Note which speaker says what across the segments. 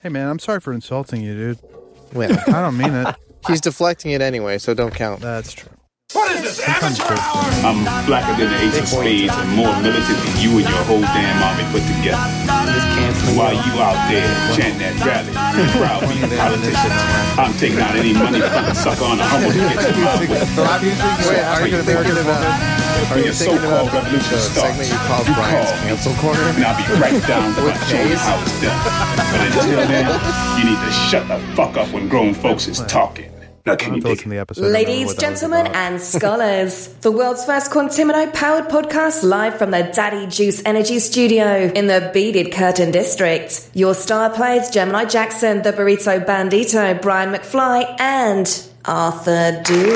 Speaker 1: Hey, man, I'm sorry for insulting you, dude.
Speaker 2: Well,
Speaker 1: I don't mean it.
Speaker 2: he's deflecting it anyway, so don't count.
Speaker 1: That's true.
Speaker 3: What is this, amateur hour?
Speaker 4: I'm blacker than the ace of spades and more militant than you and your whole damn army put together. While you out there chanting that rally and browbeating politicians, I'm taking out any money fucking sucker on the humble who gets involved with.
Speaker 2: Well, I'm usually
Speaker 4: So
Speaker 2: Wait, are you
Speaker 4: tell you
Speaker 2: thinking
Speaker 4: what,
Speaker 2: about? Are
Speaker 4: When
Speaker 2: you
Speaker 4: your
Speaker 2: thinking about
Speaker 4: so-called
Speaker 2: the
Speaker 4: revolution
Speaker 2: segment
Speaker 4: starts,
Speaker 2: you called
Speaker 4: you
Speaker 2: Brian's
Speaker 4: call me.
Speaker 2: cancel corner?
Speaker 4: and I'll be right down to
Speaker 2: With
Speaker 4: my show
Speaker 2: J's?
Speaker 4: you how it's done. But until then, you need to shut the fuck up when grown folks is talking. Now
Speaker 1: I
Speaker 4: can
Speaker 1: have
Speaker 4: you
Speaker 1: to
Speaker 4: dig
Speaker 1: listen to the episode. I don't know
Speaker 5: Ladies,
Speaker 1: what that was
Speaker 5: gentlemen,
Speaker 1: about.
Speaker 5: and scholars, the world's first Quantimino powered podcast live from the Daddy Juice Energy Studio in the Beaded Curtain District. Your star players Gemini Jackson, the Burrito Bandito, Brian McFly, and Arthur Dude.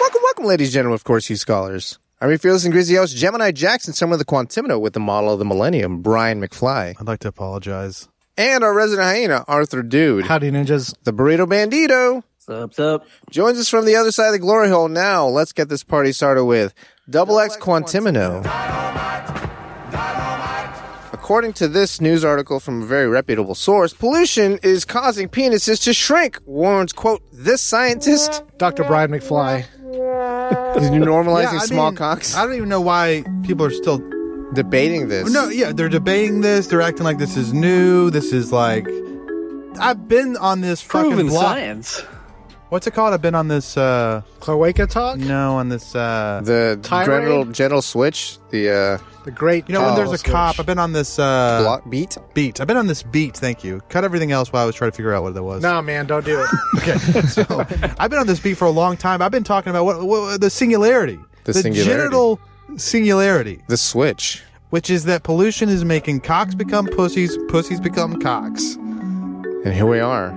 Speaker 2: Welcome, welcome, ladies and gentlemen, of course, you scholars. I'm your fearless and grizzy host, Gemini Jackson, some of the Quantimino with the model of the millennium, Brian McFly.
Speaker 1: I'd like to apologize.
Speaker 2: And our resident hyena, Arthur Dude.
Speaker 6: Howdy, ninjas.
Speaker 2: The burrito bandito
Speaker 7: Sup, sup.
Speaker 2: joins us from the other side of the glory hole now. Let's get this party started with Double X Quantimino. According to this news article from a very reputable source, pollution is causing penises to shrink, warns, quote, this scientist.
Speaker 6: Dr. Brian McFly.
Speaker 2: Is normalizing
Speaker 1: I
Speaker 2: small
Speaker 1: mean,
Speaker 2: cocks?
Speaker 1: I don't even know why people are still.
Speaker 2: Debating this.
Speaker 1: No, yeah, they're debating this. They're acting like this is new. This is like. I've been on this fucking
Speaker 7: Proven
Speaker 1: block.
Speaker 7: science.
Speaker 1: What's it called? I've been on this. uh
Speaker 6: Cloaca talk?
Speaker 1: No, on this. uh
Speaker 2: The
Speaker 6: Tirade?
Speaker 2: genital, genital switch, the uh,
Speaker 6: The great.
Speaker 1: You know, when
Speaker 2: Oh,
Speaker 1: there's a
Speaker 6: switch.
Speaker 1: cop, I've been on this uh
Speaker 2: block beat.
Speaker 1: beat. I've been on this beat. Thank you. Cut everything else while I was trying to figure out what that was.
Speaker 6: No, man, don't do it.
Speaker 1: Okay, so I've been on this beat for a long time. I've been talking about what, what the singularity,
Speaker 2: The singularity.
Speaker 1: genital singularity,
Speaker 2: The switch.
Speaker 1: which is that pollution is making cocks become pussies, pussies become cocks.
Speaker 2: And here we are.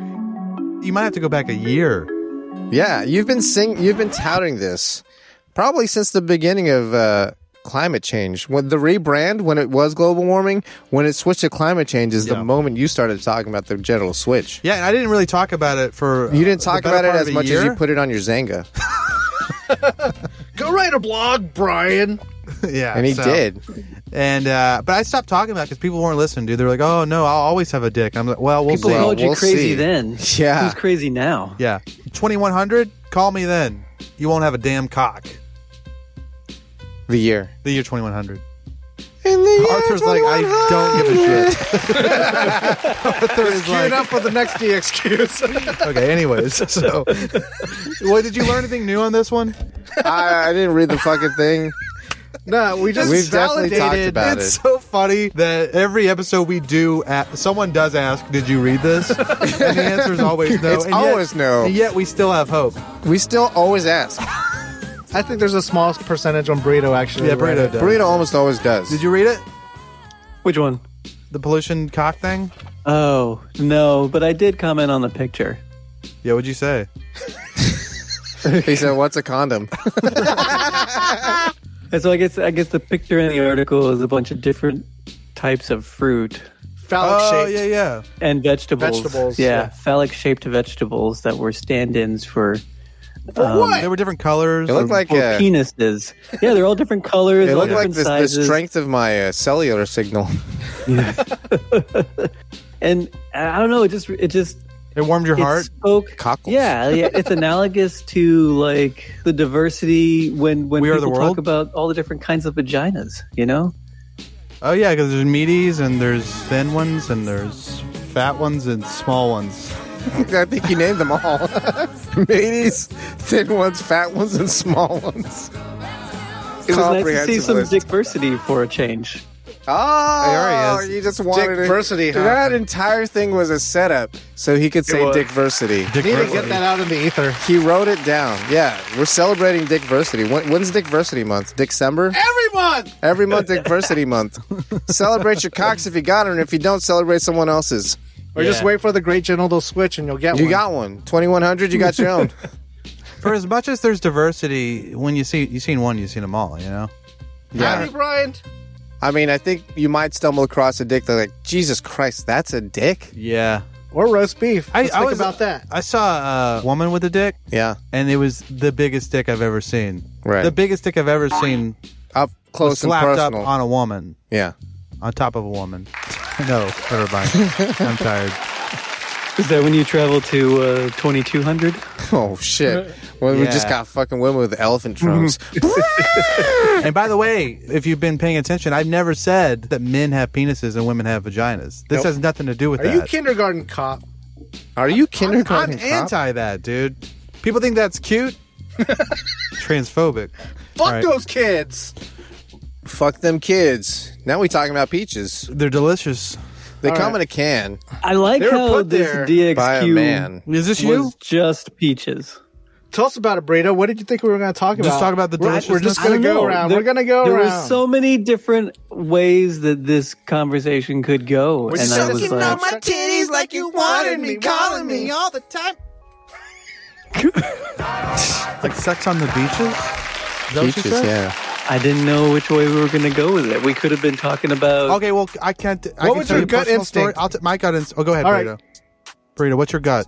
Speaker 1: You might have to go back a year.
Speaker 2: Yeah, you've been sing you've been touting this probably since the beginning of uh, climate change. When the rebrand when it was global warming, when it switched to climate change is
Speaker 1: Yeah.
Speaker 2: the moment you started talking about the genital switch.
Speaker 1: Yeah, and I didn't really talk about it for. uh,
Speaker 2: You didn't
Speaker 1: the
Speaker 2: talk
Speaker 1: better
Speaker 2: about it
Speaker 1: part of
Speaker 2: as
Speaker 1: a
Speaker 2: much as you
Speaker 1: year.
Speaker 2: put it on your Zanga.
Speaker 6: Go write a blog, Brian.
Speaker 1: yeah,
Speaker 2: And he
Speaker 1: so-
Speaker 2: did.
Speaker 1: And uh, but I stopped talking about it because people weren't listening, dude. They're like, "Oh no, I'll always have a dick." I'm like, "Well, we'll
Speaker 7: People
Speaker 1: see."
Speaker 7: called you
Speaker 2: we'll
Speaker 7: crazy
Speaker 2: see.
Speaker 7: then.
Speaker 2: Yeah.
Speaker 7: Who's crazy now?
Speaker 1: Yeah, twenty one hundred. Call me then. You won't have a damn cock.
Speaker 2: The year.
Speaker 1: The year twenty one hundred.
Speaker 2: And the year
Speaker 1: Arthur's like, I don't give a shit. Arthur is like,
Speaker 6: Queued up for the next DXQs.
Speaker 1: okay. Anyways, so what did you learn anything new on this one?
Speaker 2: I, I didn't read the fucking thing.
Speaker 6: no, we just
Speaker 2: We've definitely talked
Speaker 6: validated-
Speaker 2: about
Speaker 1: it's
Speaker 2: it.
Speaker 1: so funny that every episode we do, at, someone does ask, "Did you read this?" and the answer is always no.
Speaker 2: It's
Speaker 1: and yet-
Speaker 2: always no.
Speaker 1: And yet we still have hope.
Speaker 2: We still always ask.
Speaker 6: I think there's a small percentage on burrito actually.
Speaker 1: Yeah, burrito. Does.
Speaker 2: Burrito almost always does.
Speaker 1: Did you read it?
Speaker 7: Which one?
Speaker 1: The pollution cock thing.
Speaker 7: Oh, no, but I did comment on the picture.
Speaker 1: Yeah, what'd you say?
Speaker 2: he said, What's a condom?
Speaker 7: And so I guess I guess the picture in the article is a bunch of different types of fruit
Speaker 6: Phallic
Speaker 1: Oh
Speaker 6: shaped.
Speaker 1: yeah, yeah.
Speaker 7: and vegetables.
Speaker 6: Vegetables,
Speaker 7: yeah,
Speaker 6: yeah.
Speaker 7: phallic shaped vegetables that were stand-ins for,
Speaker 1: There were different colors.
Speaker 2: It looked like
Speaker 7: for
Speaker 2: uh,
Speaker 7: penises. Yeah, they're all different colors.
Speaker 2: it
Speaker 7: all
Speaker 2: looked like
Speaker 7: different
Speaker 2: this, the
Speaker 7: sizes.
Speaker 2: strength of my uh, cellular signal.
Speaker 7: And I don't know. It just it just
Speaker 1: it warmed your
Speaker 7: it
Speaker 1: heart.
Speaker 7: spoke.
Speaker 2: Cockles.
Speaker 7: Yeah, yeah, it's analogous to like the diversity when when
Speaker 1: We Are the
Speaker 7: people
Speaker 1: World?
Speaker 7: talk about all the different kinds of vaginas. You know,
Speaker 1: Oh yeah, because there's meaties and there's thin ones and there's fat ones and small ones.
Speaker 2: I think you named them all. Mateys, thin ones, fat ones, and small ones.
Speaker 7: it was nice to see some
Speaker 2: list.
Speaker 7: diversity for a change.
Speaker 2: Oh,
Speaker 1: There he is.
Speaker 2: you just wanted it.
Speaker 6: Dickversity, huh?
Speaker 2: That entire thing was a setup so he could say
Speaker 7: was.
Speaker 2: dickversity.
Speaker 6: Need to get that out in the ether.
Speaker 2: He wrote it down. Yeah, we're celebrating dickversity. When, when's dickversity month? December?
Speaker 6: Everyone!
Speaker 2: Every month, dickversity month. Celebrate your cocks if you got 'em, and if you don't, celebrate someone else's.
Speaker 6: Or just
Speaker 7: Yeah.
Speaker 6: wait for the great genital switch and you'll get
Speaker 2: You
Speaker 6: one.
Speaker 2: got one. 2100, you got your own.
Speaker 1: For as much as there's diversity, when you see you've seen one, you've seen them all. You know.
Speaker 2: Yeah.
Speaker 6: Howdy, Brian.
Speaker 2: I mean, I think you might stumble across a dick that's like, Jesus Christ, that's a dick?
Speaker 1: Yeah.
Speaker 6: Or roast beef.
Speaker 1: I-
Speaker 6: Let's
Speaker 1: I
Speaker 6: think
Speaker 1: was-
Speaker 6: about that.
Speaker 1: I saw a woman with a dick,
Speaker 2: Yeah.
Speaker 1: and it was the biggest dick I've ever seen.
Speaker 2: Right.
Speaker 1: The biggest dick I've ever seen.
Speaker 2: Up close and
Speaker 1: slapped up
Speaker 2: personal.
Speaker 1: on a woman,
Speaker 2: yeah.
Speaker 1: on top of a woman. no, never mind. I'm tired.
Speaker 7: Is that when you travel to uh, 2200?
Speaker 2: Oh shit. Well, we just
Speaker 1: Yeah.
Speaker 2: got fucking women with elephant trunks.
Speaker 1: And by the way, if you've been paying attention, I've never said that men have penises and women have vaginas. This
Speaker 2: Nope.
Speaker 1: has nothing to do with
Speaker 6: Are
Speaker 1: that.
Speaker 6: you kindergarten cop?
Speaker 2: Are you
Speaker 1: I'm
Speaker 2: kindergarten? cop?
Speaker 1: anti that, dude. People think that's cute. Transphobic.
Speaker 6: Fuck
Speaker 1: Right.
Speaker 6: those kids.
Speaker 2: Fuck them kids. Now we talking about peaches.
Speaker 1: They're delicious.
Speaker 2: They
Speaker 6: All
Speaker 2: come
Speaker 6: right.
Speaker 2: in a can
Speaker 7: I like
Speaker 6: They were
Speaker 7: how
Speaker 6: put
Speaker 7: this
Speaker 6: there
Speaker 7: DXQ
Speaker 2: by a man.
Speaker 1: Is this you?
Speaker 7: was just peaches.
Speaker 6: Tell us about it, Brito. What did you think we were going to talk about?
Speaker 1: Just talk about the
Speaker 6: We're- We're
Speaker 1: deliciousness.
Speaker 6: just going
Speaker 7: I
Speaker 6: to go
Speaker 7: know.
Speaker 6: around.
Speaker 7: There-
Speaker 6: we're going to go
Speaker 7: there
Speaker 6: around.
Speaker 7: were so many different ways that this conversation could go, and
Speaker 6: just
Speaker 7: I was
Speaker 6: sucking
Speaker 7: like,
Speaker 6: on my titties like you wanted me, calling me
Speaker 1: all the time. it's like sex on the beaches. Is that what you
Speaker 2: peaches.
Speaker 1: said?
Speaker 2: Yeah.
Speaker 7: I didn't know which way we were going to go with it. We could have been talking about
Speaker 1: Okay, well, I can't. I
Speaker 6: What
Speaker 1: can
Speaker 6: was
Speaker 1: tell
Speaker 6: your
Speaker 1: you a
Speaker 6: gut
Speaker 1: personal
Speaker 6: instinct?
Speaker 1: Story. I'll t- my gut instinct. Oh, go ahead,
Speaker 6: All
Speaker 1: Burrito.
Speaker 6: right.
Speaker 1: Burrito, what's your gut?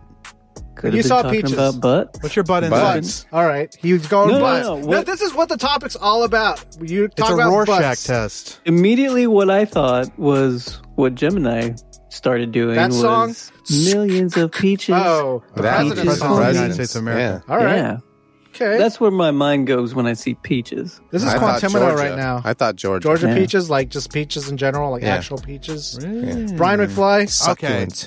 Speaker 7: could
Speaker 6: you
Speaker 7: have been
Speaker 6: saw
Speaker 7: talking
Speaker 6: peaches.
Speaker 7: about butt.
Speaker 1: What's your butt
Speaker 2: Butt.
Speaker 1: instinct?
Speaker 6: Butts. All right. He's going
Speaker 7: No, no,
Speaker 6: butts.
Speaker 7: no.
Speaker 6: No,
Speaker 7: What-
Speaker 6: this is what the topic's all about. You
Speaker 1: It's
Speaker 6: talk
Speaker 1: a
Speaker 6: about
Speaker 1: Rorschach
Speaker 6: butts.
Speaker 1: test.
Speaker 7: Immediately, what I thought was what Gemini started doing
Speaker 6: That
Speaker 7: was
Speaker 6: song?
Speaker 7: millions of peaches.
Speaker 6: Oh, the
Speaker 2: That-
Speaker 1: President
Speaker 6: president.
Speaker 2: Peaches.
Speaker 1: of
Speaker 6: song.
Speaker 1: the United
Speaker 2: Presidents.
Speaker 1: States of
Speaker 2: Yeah.
Speaker 1: America.
Speaker 6: All right.
Speaker 7: Yeah,
Speaker 6: Okay.
Speaker 7: that's where my mind goes when I see peaches.
Speaker 6: this is
Speaker 2: I thought
Speaker 6: Quantimino
Speaker 2: Georgia.
Speaker 6: right now.
Speaker 2: I thought Georgia.
Speaker 6: Georgia
Speaker 7: Yeah.
Speaker 6: peaches, like just peaches in general, like
Speaker 2: Yeah.
Speaker 6: actual peaches.
Speaker 1: Mm.
Speaker 6: Brian McFly.
Speaker 2: Succulent.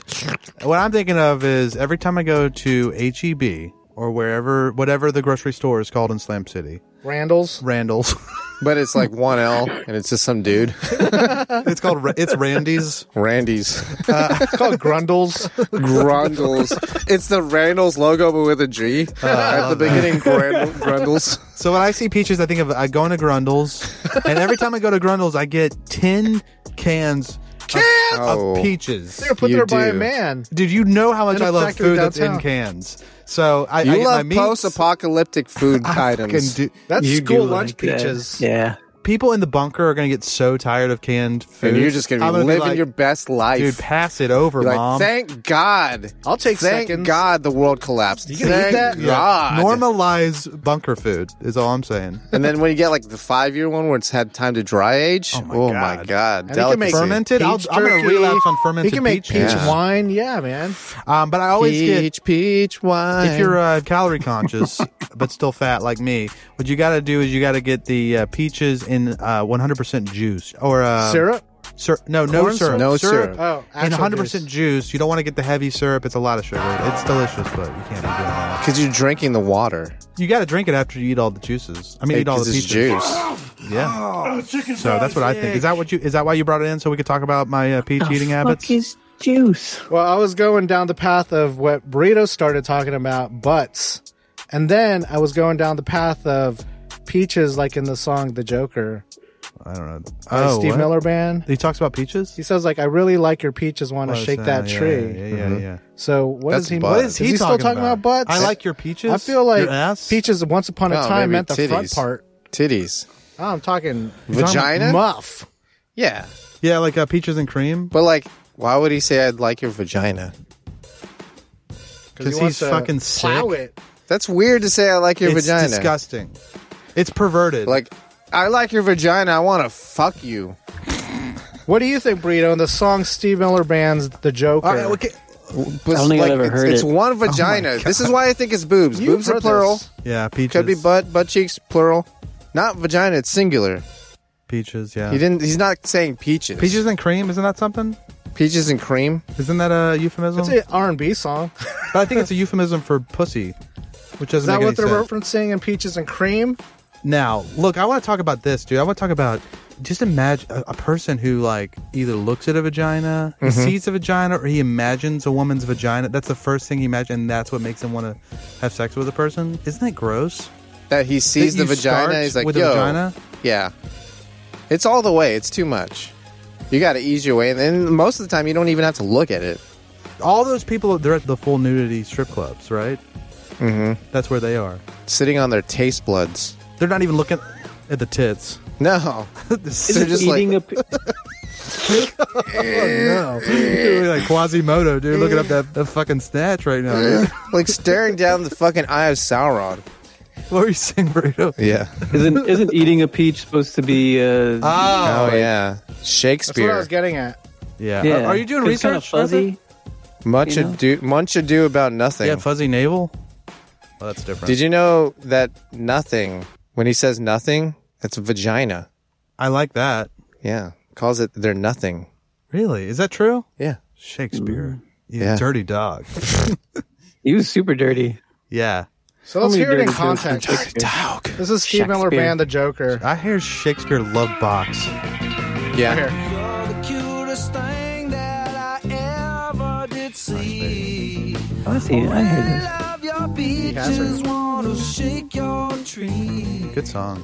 Speaker 1: What I'm thinking of is every time I go to HEB or wherever, whatever the grocery store is called in Slam City,
Speaker 6: Randall's.
Speaker 1: Randall's.
Speaker 2: But it's like one L, and it's just some dude.
Speaker 1: it's called Ra- it's Randy's.
Speaker 2: Randy's.
Speaker 6: It's called Grundles.
Speaker 2: Grundles. It's the Randall's logo, but with a G.
Speaker 1: Ah,
Speaker 2: At the beginning, Grand- Grundles.
Speaker 1: So when I see peaches, I think of I go into Grundles, and every time I go to Grundles, I get ten cans
Speaker 6: Cans!
Speaker 1: of
Speaker 2: Oh.
Speaker 1: peaches.
Speaker 6: They're put
Speaker 2: You
Speaker 6: there by a
Speaker 2: do.
Speaker 6: man.
Speaker 1: Dude, you know how much
Speaker 6: In a
Speaker 1: I love
Speaker 6: factory
Speaker 1: food that's in
Speaker 6: downtown.
Speaker 1: cans. So I, I
Speaker 2: You
Speaker 1: get my
Speaker 2: love
Speaker 1: meats.
Speaker 2: post-apocalyptic food
Speaker 1: I
Speaker 2: items.
Speaker 1: fucking do-
Speaker 6: That's
Speaker 7: You
Speaker 6: school
Speaker 7: do
Speaker 6: lunch
Speaker 7: like that.
Speaker 6: peaches.
Speaker 7: Yeah,
Speaker 1: People in the bunker are gonna get so tired of canned food,
Speaker 2: and you're just gonna be
Speaker 1: I'm
Speaker 2: living
Speaker 1: like,
Speaker 2: your best life.
Speaker 1: Dude, pass it over,
Speaker 2: You're
Speaker 1: mom.
Speaker 2: like, thank God.
Speaker 6: I'll take
Speaker 2: Thank
Speaker 6: seconds.
Speaker 2: God the world collapsed.
Speaker 6: You gonna eat
Speaker 2: thank
Speaker 6: that? Yeah.
Speaker 2: God.
Speaker 1: Normalize bunker food is all I'm saying.
Speaker 2: And then when you get like the five year one where it's had time to dry age, oh
Speaker 1: my
Speaker 2: my
Speaker 1: God.
Speaker 2: god,
Speaker 6: And he can make
Speaker 2: delicacy.
Speaker 1: Fermented? I'll-
Speaker 6: peach
Speaker 1: I'm gonna
Speaker 6: jerky.
Speaker 1: relapse on fermented
Speaker 6: He can make
Speaker 1: peach
Speaker 6: peach,
Speaker 1: juice.
Speaker 2: Yeah.
Speaker 6: wine. Yeah, man.
Speaker 1: Um, but I always get
Speaker 2: peach, peach wine.
Speaker 1: if you're uh, calorie conscious but still fat like me, what you got to do is you got to get the uh, peaches in uh, 100% juice or uh,
Speaker 6: Syrup.
Speaker 1: Sir, no, no
Speaker 6: Corn
Speaker 1: syrup.
Speaker 6: syrup?
Speaker 2: No syrup.
Speaker 6: Oh,
Speaker 1: and
Speaker 6: actual
Speaker 1: 100% juice.
Speaker 6: juice.
Speaker 1: You don't want to get the heavy syrup. It's a lot of sugar. It's delicious, but you can't be doing that.
Speaker 2: because you're drinking the water.
Speaker 1: You got to drink it after you eat all the juices. I mean,
Speaker 2: Hey,
Speaker 1: eat all
Speaker 2: 'cause
Speaker 1: the
Speaker 2: it's
Speaker 1: peaches.
Speaker 2: juice.
Speaker 1: Yeah. So that's what I think. Is that what you? Is that why you brought it in so we could talk about my uh, peach eating habits?
Speaker 7: Oh, Fuck is juice.
Speaker 6: Well, I was going down the path of what Burrito started talking about, butts. And then I was going down the path of peaches, like in the song The Joker
Speaker 1: I don't know.
Speaker 6: by
Speaker 1: Oh,
Speaker 6: Steve
Speaker 1: what?
Speaker 6: Miller Band.
Speaker 1: He talks about peaches.
Speaker 6: He says, like, I really like your peaches, want to
Speaker 1: Oh,
Speaker 6: shake
Speaker 1: so-
Speaker 6: that
Speaker 1: yeah,
Speaker 6: tree. Mm-hmm.
Speaker 1: Yeah, yeah, yeah.
Speaker 6: So what
Speaker 2: That's
Speaker 6: is he?
Speaker 2: butts. What is
Speaker 6: he, still talking about, butts?
Speaker 1: I like your peaches.
Speaker 6: I feel like
Speaker 1: your ass.
Speaker 6: peaches. Once upon a
Speaker 2: No, maybe
Speaker 6: time meant the front
Speaker 2: titties.
Speaker 6: part. Oh,
Speaker 2: Titties.
Speaker 6: I'm talking
Speaker 2: Vagina?
Speaker 6: muff.
Speaker 2: yeah.
Speaker 1: Yeah, like uh, peaches and cream.
Speaker 2: But like, why would he say I'd like your vagina?
Speaker 1: Because
Speaker 6: he wants
Speaker 1: he's
Speaker 6: to
Speaker 1: fucking
Speaker 6: Plow
Speaker 1: sick.
Speaker 6: it.
Speaker 2: That's weird to say I like your
Speaker 1: it's
Speaker 2: vagina.
Speaker 1: disgusting. It's perverted.
Speaker 2: Like, I like your vagina. I want to fuck you.
Speaker 6: What do you think, Burrito? In the song Steve Miller Band's The Joker.
Speaker 1: All right, okay. Oh
Speaker 2: But,
Speaker 7: I don't think
Speaker 2: like,
Speaker 7: I've ever
Speaker 2: it's,
Speaker 7: heard
Speaker 2: it's
Speaker 7: it.
Speaker 2: one vagina. this is why I think it's boobs.
Speaker 6: You've
Speaker 2: boobs are
Speaker 6: heard
Speaker 2: plural.
Speaker 6: this.
Speaker 1: yeah, peaches.
Speaker 2: Could be butt, butt cheeks, plural. Not vagina. It's singular.
Speaker 1: peaches. Yeah,
Speaker 2: He didn't. He's not saying peaches.
Speaker 1: peaches and cream. Isn't that something?
Speaker 2: peaches and cream.
Speaker 1: Isn't that a
Speaker 2: Oh.
Speaker 1: euphemism?
Speaker 6: It's an R&B song.
Speaker 1: but I think it's a euphemism for pussy, which doesn't
Speaker 6: Is that
Speaker 1: make
Speaker 6: what they're
Speaker 1: any sense.
Speaker 6: referencing in Peaches and Cream?
Speaker 1: Now, look, I want to talk about this, dude. I want to talk about just imagine a, a person who like either looks at a vagina, he
Speaker 6: Mm-hmm.
Speaker 1: sees a vagina, or he imagines a woman's vagina. That's the first thing he imagines, and that's what makes him want to have sex with a person. Isn't that gross?
Speaker 2: That he sees
Speaker 1: That
Speaker 2: the
Speaker 1: you
Speaker 2: vagina.
Speaker 1: start
Speaker 2: He's like,
Speaker 1: with a
Speaker 2: yo,
Speaker 1: vagina?
Speaker 2: yeah. It's all the way. It's too much. You got to ease your way, and then most of the time you don't even have to look at it.
Speaker 1: All those people, they're at the full nudity strip clubs, right? Mm-hmm. That's where they are.
Speaker 2: Sitting on their taste buds.
Speaker 1: They're not even looking at the tits.
Speaker 2: No,
Speaker 1: They're
Speaker 2: They're just
Speaker 7: Eating a pe-
Speaker 1: You're like Quasimodo, dude. Looking up that, that fucking snatch right now. dude.
Speaker 2: like staring down the fucking eye of Sauron.
Speaker 1: What were you saying, burrito?
Speaker 2: Yeah.
Speaker 7: Isn't isn't eating a peach supposed to be? Uh,
Speaker 6: Ah,
Speaker 1: Oh,
Speaker 2: Oh, yeah.
Speaker 6: That's what I
Speaker 2: Shakespeare.
Speaker 6: was getting at.
Speaker 1: yeah.
Speaker 7: yeah,
Speaker 1: Are, are you doing
Speaker 7: 'cause it's
Speaker 1: research?
Speaker 7: kinda
Speaker 1: Arthur?
Speaker 7: fuzzy.
Speaker 2: Much
Speaker 7: you know?
Speaker 2: ado, much ado about nothing.
Speaker 1: Yeah, fuzzy navel. Well, that's different.
Speaker 2: Did you know that nothing? When he says nothing, that's vagina.
Speaker 1: I like that.
Speaker 2: Yeah, calls it they're nothing.
Speaker 1: Really? Is that true?
Speaker 2: Yeah,
Speaker 1: Shakespeare. You
Speaker 2: Mm. Yeah.
Speaker 1: dirty dog.
Speaker 7: He was super dirty.
Speaker 1: yeah.
Speaker 6: So let's
Speaker 7: Only
Speaker 6: hear it in
Speaker 7: dirty jokes from
Speaker 6: context.
Speaker 7: Shakespeare.
Speaker 1: Dog.
Speaker 6: This is Steve Miller
Speaker 7: Shakespeare.
Speaker 6: Band, The Joker.
Speaker 1: I hear Shakespeare love box.
Speaker 2: yeah.
Speaker 6: Here. Oh,
Speaker 7: Honestly, I heard this.
Speaker 6: He has her.
Speaker 1: Good song.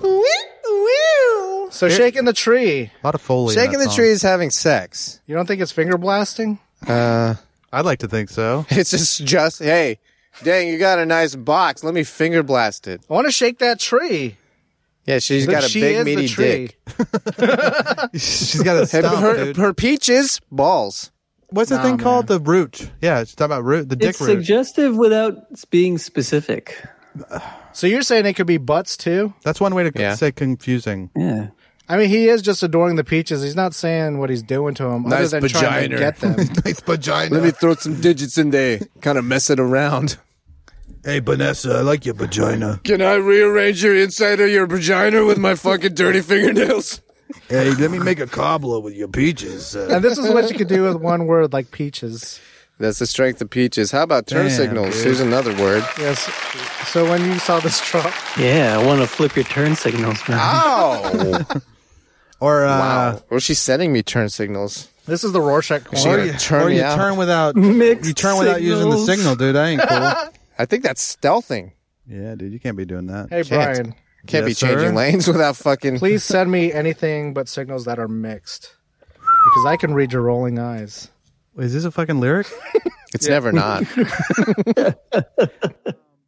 Speaker 6: So shaking the tree.
Speaker 1: A lot of foley. in
Speaker 2: Shaking
Speaker 1: that
Speaker 2: the
Speaker 1: song.
Speaker 2: tree is having sex.
Speaker 6: You don't think it's finger blasting?
Speaker 2: Uh,
Speaker 1: I'd like to think so.
Speaker 2: it's just just hey, dang, you got a nice box. Let me finger blast it.
Speaker 6: I want to shake that tree.
Speaker 2: Yeah, she's
Speaker 6: Look,
Speaker 2: got a
Speaker 6: she is
Speaker 2: big
Speaker 6: the
Speaker 2: meaty
Speaker 6: tree.
Speaker 2: dick.
Speaker 1: She's got a
Speaker 2: Her,
Speaker 1: stump,
Speaker 2: her,
Speaker 1: dude.
Speaker 2: her peach is balls.
Speaker 1: What's the
Speaker 6: Nah,
Speaker 1: thing
Speaker 6: man.
Speaker 1: called? The root. Yeah, it's talking about root. The dick
Speaker 7: It's
Speaker 1: root.
Speaker 7: suggestive without being specific.
Speaker 6: So you're saying it could be butts too?
Speaker 1: That's one way to
Speaker 2: Yeah.
Speaker 1: say confusing.
Speaker 7: Yeah.
Speaker 6: I mean, he is just adoring the peaches. He's not saying what he's doing to them,
Speaker 2: Nice
Speaker 6: other than trying to
Speaker 2: vagina.
Speaker 6: get them.
Speaker 1: Nice vagina.
Speaker 2: Let me throw some digits in there, kind of mess it around.
Speaker 1: hey, Vanessa, I like your vagina.
Speaker 2: Can I rearrange your inside of your vagina with my fucking dirty fingernails?
Speaker 1: hey, let me make a cobbler with your peaches. Uh,
Speaker 6: and this is what you could do with one word like peaches.
Speaker 2: That's the strength of peaches. How about turn
Speaker 1: Damn,
Speaker 2: signals?
Speaker 1: dude.
Speaker 2: Here's another word.
Speaker 6: Yes. So when you saw this truck,
Speaker 7: Yeah, I want to flip your turn signals, man.
Speaker 6: Ah,
Speaker 2: Ow!
Speaker 1: or Oh! uh, Oh,
Speaker 2: wow. Oh. Well, she's sending me turn signals.
Speaker 6: this is the Rorschach
Speaker 2: She
Speaker 1: Or
Speaker 6: corner.
Speaker 2: gonna
Speaker 1: you,
Speaker 2: turn
Speaker 1: or
Speaker 2: me
Speaker 1: you
Speaker 2: out.
Speaker 1: turn without
Speaker 7: Mixed
Speaker 1: you turn without using the
Speaker 7: signals.
Speaker 1: signal, dude. That ain't cool.
Speaker 2: I think that's stealthing.
Speaker 1: yeah, dude, you can't be doing that.
Speaker 6: Hey Brian,
Speaker 2: Can't be
Speaker 1: Yes, sir.
Speaker 2: changing lanes without fucking.
Speaker 6: please send me anything but signals that are mixed, because I can read your rolling eyes.
Speaker 1: Is this a fucking lyric?
Speaker 2: It's never not.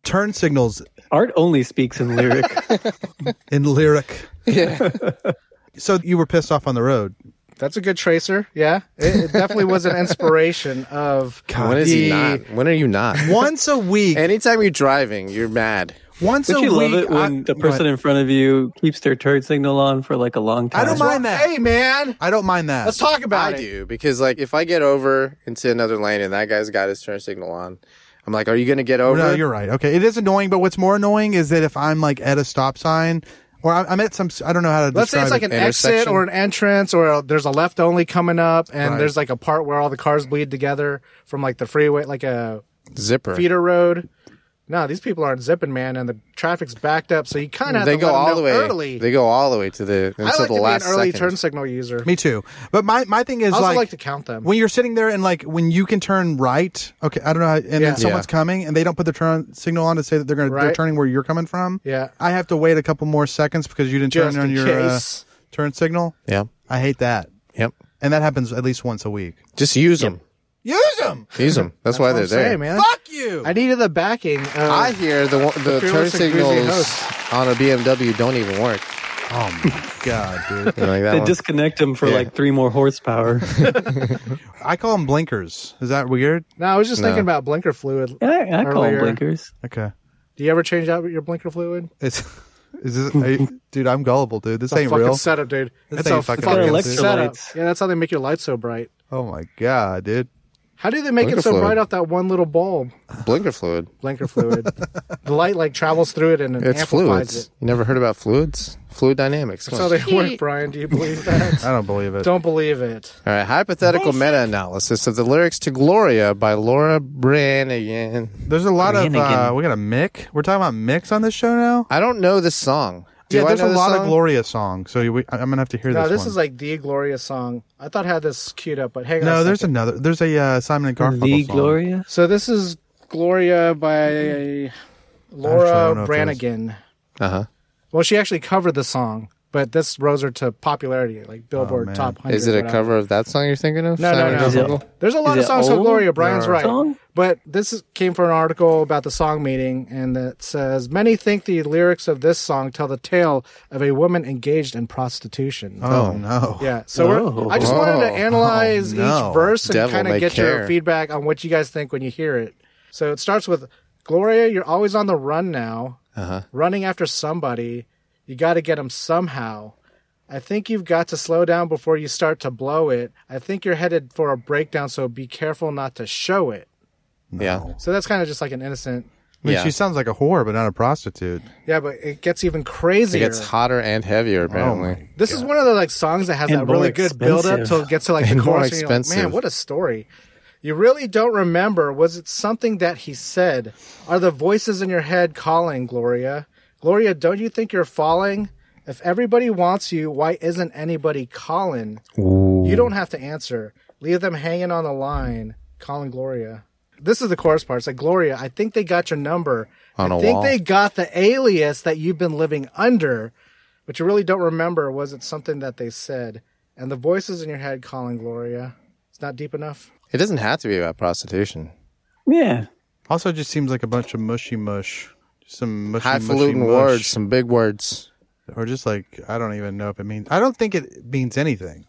Speaker 1: Turn signals
Speaker 7: Art only speaks in lyric.
Speaker 1: in lyric.
Speaker 2: yeah.
Speaker 1: So you were pissed off on the road.
Speaker 6: That's a good tracer. Yeah, it, it definitely was an inspiration of
Speaker 2: When is he
Speaker 6: the-
Speaker 2: not? When are you not?
Speaker 1: Once a week.
Speaker 2: Anytime you're driving, you're mad.
Speaker 1: once
Speaker 7: Don't
Speaker 1: a
Speaker 7: you
Speaker 1: week.
Speaker 7: love it when
Speaker 1: I,
Speaker 7: the
Speaker 1: go
Speaker 7: person
Speaker 1: ahead.
Speaker 7: in front of you keeps their turn signal on for like a long time?
Speaker 1: I don't mind that.
Speaker 6: Hey man,
Speaker 1: I don't mind that.
Speaker 6: let's
Speaker 2: I
Speaker 6: talk about it.
Speaker 2: do because like if I get over into another lane and that guy's got his turn signal on, I'm like, are you gonna get over?
Speaker 1: No, you're right. Okay, it is annoying, but what's more annoying is that if I'm like at a stop sign or I'm, I'm at some, I don't know how to.
Speaker 6: Let's say
Speaker 1: describe
Speaker 6: it's like an
Speaker 1: it.
Speaker 6: exit
Speaker 2: Intersection.
Speaker 6: or an entrance, or a, there's a left only coming up, and
Speaker 1: Right.
Speaker 6: there's like a part where all the cars bleed together from like the freeway, like a
Speaker 2: Zipper.
Speaker 6: feeder road. No, these people aren't zipping, man, and the traffic's backed up, so you kind of
Speaker 2: They
Speaker 6: have to
Speaker 2: go
Speaker 6: let 'em
Speaker 2: all
Speaker 6: know
Speaker 2: the way.
Speaker 6: early.
Speaker 2: They go all the way to the until
Speaker 6: I like
Speaker 2: the
Speaker 6: to be an
Speaker 2: last
Speaker 6: early
Speaker 2: second.
Speaker 6: turn signal user.
Speaker 1: Me too. But my my thing is
Speaker 6: I also
Speaker 1: like,
Speaker 6: like to count them.
Speaker 1: when you're sitting there and like when you can turn right. Okay, I don't know, how, and
Speaker 6: Yeah.
Speaker 1: then someone's
Speaker 2: Yeah.
Speaker 1: coming and they don't put the turn signal on to say that they're going to they're
Speaker 6: Right.
Speaker 1: turning where you're coming from.
Speaker 6: Yeah.
Speaker 1: I have to wait a couple more seconds because you didn't
Speaker 6: Just
Speaker 1: turn on
Speaker 6: in
Speaker 1: your uh,
Speaker 6: case.
Speaker 1: turn signal.
Speaker 2: Yeah.
Speaker 1: I hate that,
Speaker 2: Yep.
Speaker 1: and that happens at least once a week.
Speaker 2: Just use them.
Speaker 1: Use them.
Speaker 2: Use them. That's, why
Speaker 6: That's what
Speaker 2: Oh, they're
Speaker 6: I'm
Speaker 2: there.
Speaker 6: saying, man.
Speaker 1: Fuck you.
Speaker 6: I needed the backing. uh, Of,
Speaker 2: I hear the one- the
Speaker 6: If you're
Speaker 2: turn
Speaker 6: listening, Grizzly
Speaker 2: signals
Speaker 6: host.
Speaker 2: on a BMW don't even work.
Speaker 1: oh my god,
Speaker 2: You
Speaker 1: dude!
Speaker 2: know, like that
Speaker 7: They
Speaker 2: one.
Speaker 7: disconnect them for
Speaker 2: Yeah.
Speaker 7: like three more horsepower.
Speaker 1: I call them blinkers. Is that weird?
Speaker 6: no, I was just
Speaker 2: No.
Speaker 6: thinking about blinker fluid.
Speaker 7: I, I call them
Speaker 6: Earlier.
Speaker 7: blinkers.
Speaker 1: Okay.
Speaker 6: Do you ever change out your blinker fluid?
Speaker 1: It's is this, are you- dude? I'm gullible, dude. This
Speaker 6: It's a
Speaker 1: ain't
Speaker 6: fucking
Speaker 1: real.
Speaker 6: setup, dude. It's
Speaker 1: ain't
Speaker 6: a
Speaker 1: fucking
Speaker 6: fucking,
Speaker 1: real,
Speaker 7: dude.
Speaker 6: setup.
Speaker 7: Electrolytes.
Speaker 6: Yeah, that's how they make your light so bright.
Speaker 1: oh my god, dude!
Speaker 6: How do they make
Speaker 2: Blinker
Speaker 6: it so
Speaker 2: fluid.
Speaker 6: bright off that one little bulb?
Speaker 2: blinker fluid.
Speaker 6: Blinker fluid. the light like travels through it and it
Speaker 2: It's
Speaker 6: amplifies
Speaker 2: fluids.
Speaker 6: it.
Speaker 2: You never heard about fluids? Fluid dynamics.
Speaker 6: That's
Speaker 2: Come
Speaker 6: how
Speaker 2: on.
Speaker 6: they work, Brian. Do you believe that?
Speaker 1: I don't believe it.
Speaker 6: Don't believe it.
Speaker 2: All right, hypothetical meta-analysis of the lyrics to Gloria by Laura Branigan.
Speaker 1: There's a lot of uh,
Speaker 7: Brannigan.
Speaker 1: we got a Mick. We're talking about Micks on this show now.
Speaker 2: I don't know this song. Do
Speaker 1: yeah,
Speaker 2: I
Speaker 1: there's
Speaker 2: know
Speaker 1: a
Speaker 2: this
Speaker 1: lot of
Speaker 2: song?
Speaker 1: Gloria songs, so we, I- I'm gonna have to hear
Speaker 6: No,
Speaker 1: this.
Speaker 6: this
Speaker 1: one.
Speaker 6: is like the glorious song. I thought I had this queued up, but hang on.
Speaker 1: no.
Speaker 6: a
Speaker 1: There's
Speaker 6: second.
Speaker 1: another. There's a uh, Simon and Garfunkel
Speaker 7: The
Speaker 1: song.
Speaker 7: Gloria?
Speaker 6: So this is Gloria by
Speaker 1: don't know
Speaker 6: Laura
Speaker 1: if
Speaker 6: Branigan.
Speaker 2: Uh-huh.
Speaker 6: Well, she actually covered the song, but this rose her to popularity, like Billboard
Speaker 1: Oh, man.
Speaker 6: top 100.
Speaker 2: Is it a
Speaker 6: whatever.
Speaker 2: cover of that song you're thinking of?
Speaker 6: No,
Speaker 2: Simon
Speaker 6: no,
Speaker 2: and
Speaker 6: no.
Speaker 2: Garfunkel?
Speaker 6: There's a lot of
Speaker 7: Is it
Speaker 6: songs
Speaker 7: old?
Speaker 6: called Gloria. Brian's
Speaker 7: Or
Speaker 6: right.
Speaker 7: song?
Speaker 6: But this is, came from an article about the song meeting, and it says many think the lyrics of this song tell the tale of a woman engaged in prostitution.
Speaker 1: Oh, no.
Speaker 6: Yeah, so we're, I just wanted to
Speaker 2: Oh.
Speaker 6: analyze
Speaker 1: Oh, no.
Speaker 6: each verse and
Speaker 2: Devil
Speaker 6: kind
Speaker 2: may
Speaker 6: of get
Speaker 2: care.
Speaker 6: your feedback on what you guys think when you hear it. So it starts with Gloria, you're always on the run now.
Speaker 2: Uh-huh.
Speaker 6: running after somebody. You got to get them somehow. I think you've got to slow down before you start to blow it. I think you're headed for a breakdown, so be careful not to show it.
Speaker 2: Yeah.
Speaker 6: So that's kind of just like an innocent.
Speaker 1: I mean,
Speaker 2: Yeah.
Speaker 1: she sounds like a whore, but not a prostitute.
Speaker 6: Yeah, but it gets even
Speaker 2: It
Speaker 6: crazier.
Speaker 2: gets hotter and heavier,
Speaker 1: Oh
Speaker 2: apparently.
Speaker 6: This is one of the like songs that has
Speaker 7: And
Speaker 6: that
Speaker 7: more
Speaker 6: really good build up
Speaker 7: expensive.
Speaker 6: till it gets to like the
Speaker 2: And more
Speaker 6: chorus. And you're like, Man,
Speaker 2: expensive.
Speaker 6: what a story! You really don't remember. Was it something that he said? Are the voices in your head calling, Gloria? Gloria, don't you think you're falling? If everybody wants you, why isn't anybody calling?
Speaker 2: Hmm.
Speaker 6: You don't have to answer. Leave them hanging on the line, calling Gloria. This is the chorus part. It's like Gloria, I think they got your number.
Speaker 2: On
Speaker 6: I
Speaker 2: a
Speaker 6: think
Speaker 2: wall.
Speaker 6: they got the alias that you've been living under but you really don't remember was it something that they said and the voices in your head calling gloria it's not deep enough
Speaker 2: It doesn't have to be about prostitution.
Speaker 7: Yeah.
Speaker 1: Also, it just seems like a bunch of mushy mush. Just some mushy, mushy
Speaker 2: Highfalutin
Speaker 1: mush.
Speaker 2: words, some big words.
Speaker 1: or just like I don't even know if it means. I don't think it means anything.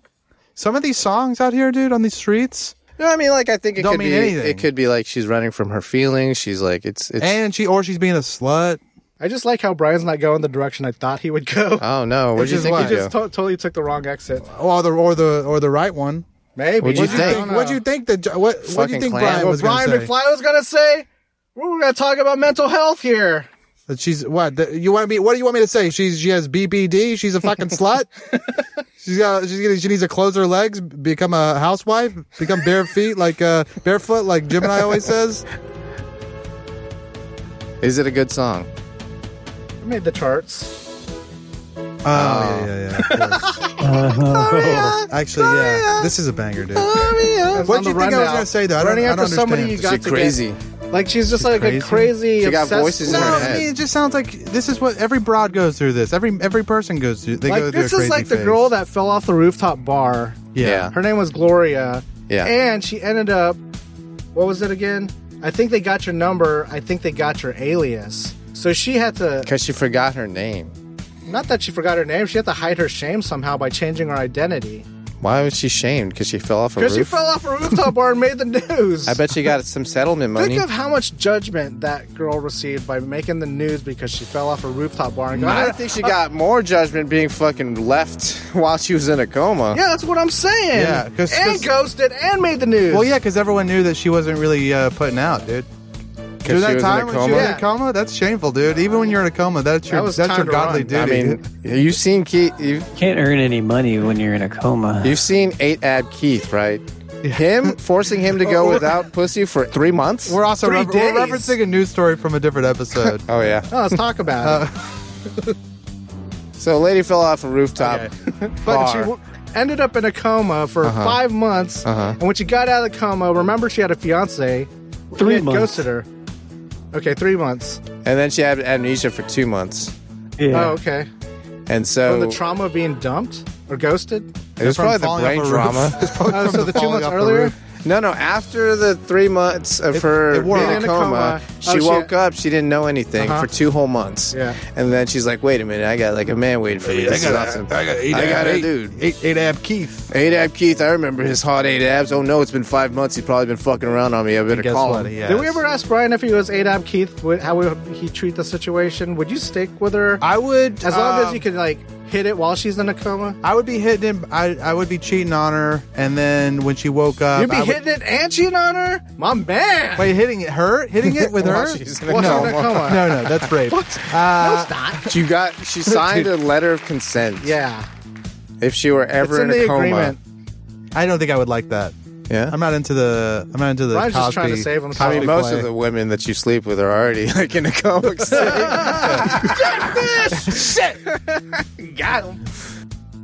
Speaker 1: Some of these songs out here, dude, on these streets,
Speaker 2: No, I mean, like, I think it
Speaker 1: Don't
Speaker 2: could
Speaker 1: mean
Speaker 2: be.
Speaker 1: anything.
Speaker 2: It could be like she's running from her feelings. She's like, it's, it's.
Speaker 1: and she or she's being a slut.
Speaker 6: i just like how brian's not going the direction i thought he would go
Speaker 2: oh no, what
Speaker 1: Which
Speaker 2: do you
Speaker 1: is
Speaker 2: think?
Speaker 1: why-
Speaker 2: you
Speaker 6: he just
Speaker 2: do?
Speaker 6: to- totally took the wrong exit
Speaker 1: or the or the or the right one.
Speaker 6: maybe
Speaker 2: What'd you
Speaker 6: I don't
Speaker 2: think?
Speaker 6: know.
Speaker 1: What'd you think that what what do you
Speaker 2: Fucking
Speaker 1: think
Speaker 2: clam.
Speaker 1: Brian
Speaker 6: Well,
Speaker 1: was
Speaker 6: brian
Speaker 1: gonna say?
Speaker 6: mcfly was gonna say we we're gonna talk about mental health here
Speaker 1: That she's what that you want me? What do you want me to say? She's she has BPD. She's a fucking slut. She's got she's gonna, she needs to close her legs, become a housewife, become bare feet like uh, barefoot like Gemini always says.
Speaker 2: Is it a good song?
Speaker 6: i made the charts
Speaker 1: Oh, yeah yeah yeah. of course. Actually, yeah, this is a banger, dude.
Speaker 6: That's
Speaker 1: What'd
Speaker 6: on the
Speaker 1: you think I was
Speaker 6: rundown.
Speaker 1: gonna say, though? I don't-
Speaker 6: running
Speaker 1: I
Speaker 6: after
Speaker 1: don't
Speaker 6: somebody you
Speaker 1: understand.
Speaker 2: Is
Speaker 6: got
Speaker 2: it
Speaker 6: to
Speaker 2: crazy?
Speaker 6: get like she's just like
Speaker 1: crazy?
Speaker 6: a crazy
Speaker 2: She got
Speaker 6: obsessed-
Speaker 2: voices
Speaker 1: No,
Speaker 2: in her
Speaker 1: I
Speaker 2: head.
Speaker 1: mean, it just sounds like this is what every broad goes through. This every every person goes through. They go
Speaker 6: like
Speaker 1: through
Speaker 6: this
Speaker 1: a
Speaker 6: is
Speaker 1: crazy
Speaker 6: like the
Speaker 1: phase.
Speaker 6: girl that fell off the rooftop bar
Speaker 1: yeah.
Speaker 6: Her name was Gloria.
Speaker 2: Yeah.
Speaker 6: And she ended up, what was it again? I think they got your number. I think they got your alias. So she had to,
Speaker 2: Because she forgot her name.
Speaker 6: not that she forgot her name, she had to hide her shame somehow by changing her identity.
Speaker 2: Why was she shamed? Because she fell off a
Speaker 6: Because she
Speaker 2: roof.
Speaker 6: fell off a rooftop bar and made the news.
Speaker 2: I bet she got some settlement money.
Speaker 6: Think of how much judgment that girl received by making the news because she fell off a rooftop bar and
Speaker 2: I
Speaker 6: got
Speaker 2: think she got more judgment being fucking left while she was in a coma.
Speaker 6: Yeah, that's what I'm saying.
Speaker 1: Yeah, 'cause-
Speaker 6: and
Speaker 1: 'cause-
Speaker 6: ghosted and made the news.
Speaker 1: Well, yeah, because everyone knew that she wasn't really uh, putting out, dude. During
Speaker 2: because
Speaker 1: that time when she was in
Speaker 6: Yeah.
Speaker 1: a coma, that's shameful, dude. Even when you're in a coma, that's your
Speaker 6: That was
Speaker 1: that's your
Speaker 6: time to
Speaker 1: godly
Speaker 6: run.
Speaker 1: duty.
Speaker 2: I
Speaker 1: dude.
Speaker 2: mean, you've seen Keith. You've,
Speaker 7: Can't earn any money when you're in a coma.
Speaker 2: you've seen eight ab Keith, right? Him forcing him to go without pussy for three months.
Speaker 1: we're also
Speaker 6: three
Speaker 1: refer- we're
Speaker 6: days.
Speaker 1: referencing a news story from a different episode.
Speaker 2: oh yeah.
Speaker 6: Oh, let's talk about it.
Speaker 1: Uh,
Speaker 2: So a lady fell off a rooftop.
Speaker 6: But she
Speaker 2: bar.
Speaker 6: w- ended up in a coma for
Speaker 1: Uh-huh.
Speaker 6: five months. And when she got out of the coma, remember she had a fiance. He
Speaker 7: Three
Speaker 6: had
Speaker 7: months.
Speaker 6: Ghosted her. Okay, three months.
Speaker 2: and then she had amnesia for two months.
Speaker 7: yeah.
Speaker 6: Oh, okay.
Speaker 2: And so
Speaker 6: From
Speaker 1: Oh.
Speaker 6: the trauma of being dumped or ghosted.
Speaker 2: it was
Speaker 1: From
Speaker 2: probably the
Speaker 1: falling
Speaker 2: brain
Speaker 1: off a
Speaker 2: trauma.
Speaker 1: roof. It's probably
Speaker 6: Oh,
Speaker 1: from
Speaker 6: so the two
Speaker 1: falling
Speaker 6: months
Speaker 1: off the
Speaker 6: earlier.
Speaker 1: roof.
Speaker 2: No, no. After the three months of her
Speaker 1: it wore
Speaker 2: being
Speaker 1: off.
Speaker 2: in a coma,
Speaker 6: Oh,
Speaker 2: she
Speaker 6: she-
Speaker 2: woke up. She didn't know anything
Speaker 6: Uh-huh.
Speaker 2: for two whole months.
Speaker 6: Yeah.
Speaker 2: And then she's like, "Wait a minute! I got like a man waiting for me. This is awesome. I got, I got a dude.
Speaker 1: Eight, eight ab Keith.
Speaker 2: Eight ab Keith. I remember his hot eight abs. Oh no, it's been five months. He's probably been fucking around on me. I better
Speaker 1: Guess
Speaker 2: call
Speaker 1: what?
Speaker 2: him.
Speaker 1: He
Speaker 6: Did we
Speaker 1: has.
Speaker 6: ever ask Brian if he was Adab Keith, would, how would he treat the situation? Would you stick with her
Speaker 1: I would
Speaker 6: as long
Speaker 1: um,
Speaker 6: as you could like hit it while she's in a coma?
Speaker 1: I would be hitting him. I, I would be cheating on her, and then when she woke up,
Speaker 6: You'd be
Speaker 1: uh, I would-
Speaker 6: hitting it and cheating on her, my man.
Speaker 1: Wait, hitting it, her? Hitting it with her?
Speaker 2: While she's in a
Speaker 1: no,
Speaker 2: coma.
Speaker 1: no, no, that's rape.
Speaker 6: no,
Speaker 1: Uh,
Speaker 6: it's not.
Speaker 2: You got. She signed a letter of consent.
Speaker 6: Yeah,
Speaker 2: If she were
Speaker 6: it's
Speaker 2: ever
Speaker 6: in
Speaker 2: in, a
Speaker 6: the
Speaker 2: coma.
Speaker 6: agreement.
Speaker 1: I don't think I would like that.
Speaker 2: Yeah.
Speaker 1: I'm not into the. I'm not into the.
Speaker 6: Brian's just trying to
Speaker 1: Cosby-
Speaker 6: save himself.
Speaker 2: I mean,
Speaker 1: Probably
Speaker 2: most
Speaker 1: play.
Speaker 2: of the women that you sleep with are already like in a coma.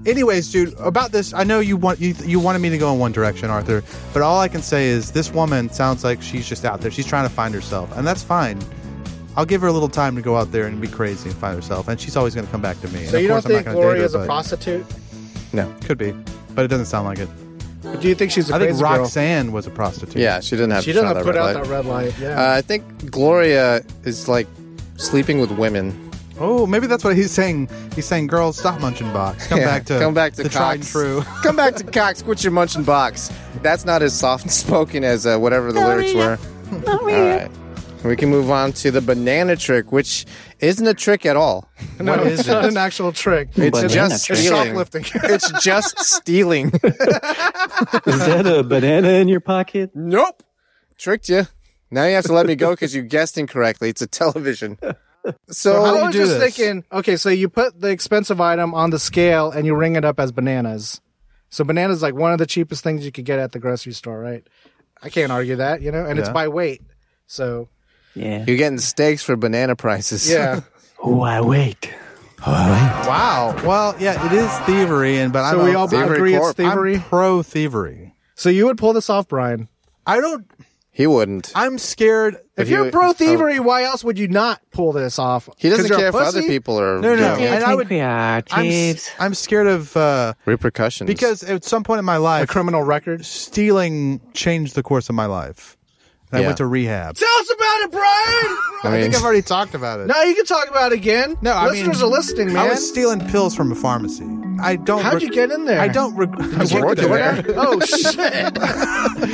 Speaker 1: Anyways, dude, about this, I know you want you you wanted me to go in one direction, Arthur, but all I can say is this woman sounds like she's just out there. She's trying to find herself, and that's fine. I'll give her a little time to go out there and be crazy and find herself, and she's always going to come back to me.
Speaker 6: So
Speaker 1: and
Speaker 6: you
Speaker 1: of
Speaker 6: don't
Speaker 1: course,
Speaker 6: think
Speaker 1: I'm not going to
Speaker 6: Gloria
Speaker 1: date
Speaker 6: is
Speaker 1: her,
Speaker 6: a
Speaker 1: but
Speaker 6: prostitute?
Speaker 2: no.
Speaker 1: could be, but it doesn't sound like it.
Speaker 6: But do you think she's a
Speaker 1: I think
Speaker 6: crazy girl?
Speaker 1: Roxanne was a prostitute.
Speaker 2: Yeah, she didn't have.
Speaker 6: She
Speaker 2: to shine
Speaker 6: doesn't
Speaker 2: that
Speaker 6: put
Speaker 2: red
Speaker 6: out
Speaker 2: light.
Speaker 6: that red light. Yeah.
Speaker 2: Uh, I think Gloria is like sleeping with women.
Speaker 1: Oh, maybe that's what he's saying. He's saying, "Girls, stop munching box. Come
Speaker 2: Yeah,
Speaker 1: back to
Speaker 2: come back to
Speaker 1: the tried and
Speaker 2: Cox.
Speaker 1: true."
Speaker 2: come back to Cox. Quit your munching box. That's not as soft spoken as uh, whatever the lyrics were. All right. We can move on to the banana trick, which isn't a trick at all.
Speaker 6: No,
Speaker 2: What
Speaker 6: it's
Speaker 2: is
Speaker 6: not
Speaker 2: it?
Speaker 6: an actual trick.
Speaker 2: It's
Speaker 7: Banana
Speaker 2: just
Speaker 7: trick.
Speaker 6: It's
Speaker 2: stealing.
Speaker 6: shoplifting.
Speaker 2: It's just stealing.
Speaker 7: Is that a banana in your pocket?
Speaker 2: nope. Tricked you. Now you have to let me go because you guessed incorrectly. It's a television. So,
Speaker 6: I was just thinking, okay, so you put the expensive item on the scale and you ring it up as bananas. So bananas like one of the cheapest things you could get at the grocery store, right? I can't argue that, you know, and it's by weight. So
Speaker 7: Yeah.
Speaker 2: you're getting steaks for banana prices.
Speaker 6: yeah.
Speaker 7: Oh, I wait.
Speaker 1: Wow. Well, yeah, it is thievery, and but
Speaker 6: so
Speaker 1: I'm
Speaker 6: we
Speaker 1: a-
Speaker 6: all
Speaker 2: Thievery
Speaker 6: agree
Speaker 2: Corp.
Speaker 6: it's thievery.
Speaker 1: I'm pro thievery.
Speaker 6: So you would pull this off, Brian.
Speaker 1: I don't.
Speaker 2: He wouldn't.
Speaker 1: I'm scared.
Speaker 6: If Oh.
Speaker 2: you-
Speaker 6: you're pro thievery, why else would you not pull this off?
Speaker 2: He
Speaker 6: 'Cause
Speaker 2: doesn't
Speaker 6: you're a
Speaker 2: care if other
Speaker 6: pussy?
Speaker 2: people are
Speaker 1: No, no.
Speaker 2: doing it.
Speaker 1: And I would.
Speaker 7: are
Speaker 1: I'm, s- I'm scared of uh,
Speaker 2: repercussions.
Speaker 1: because at some point in my
Speaker 6: a
Speaker 1: life,
Speaker 6: criminal record.
Speaker 1: stealing changed the course of my life. And I
Speaker 2: Yeah.
Speaker 1: went to rehab.
Speaker 6: Tell us about it, Brian.
Speaker 2: I
Speaker 1: I
Speaker 2: mean,
Speaker 1: think I've already talked about it.
Speaker 6: no, you can talk about it again.
Speaker 1: No, I
Speaker 6: listeners
Speaker 1: mean,
Speaker 6: are listening, man.
Speaker 1: I was stealing pills from a pharmacy. I don't.
Speaker 6: How'd
Speaker 1: reg-
Speaker 6: you get in there?
Speaker 1: I don't. Reg- I
Speaker 2: you work
Speaker 1: worked
Speaker 2: there?
Speaker 1: there.
Speaker 6: Oh shit!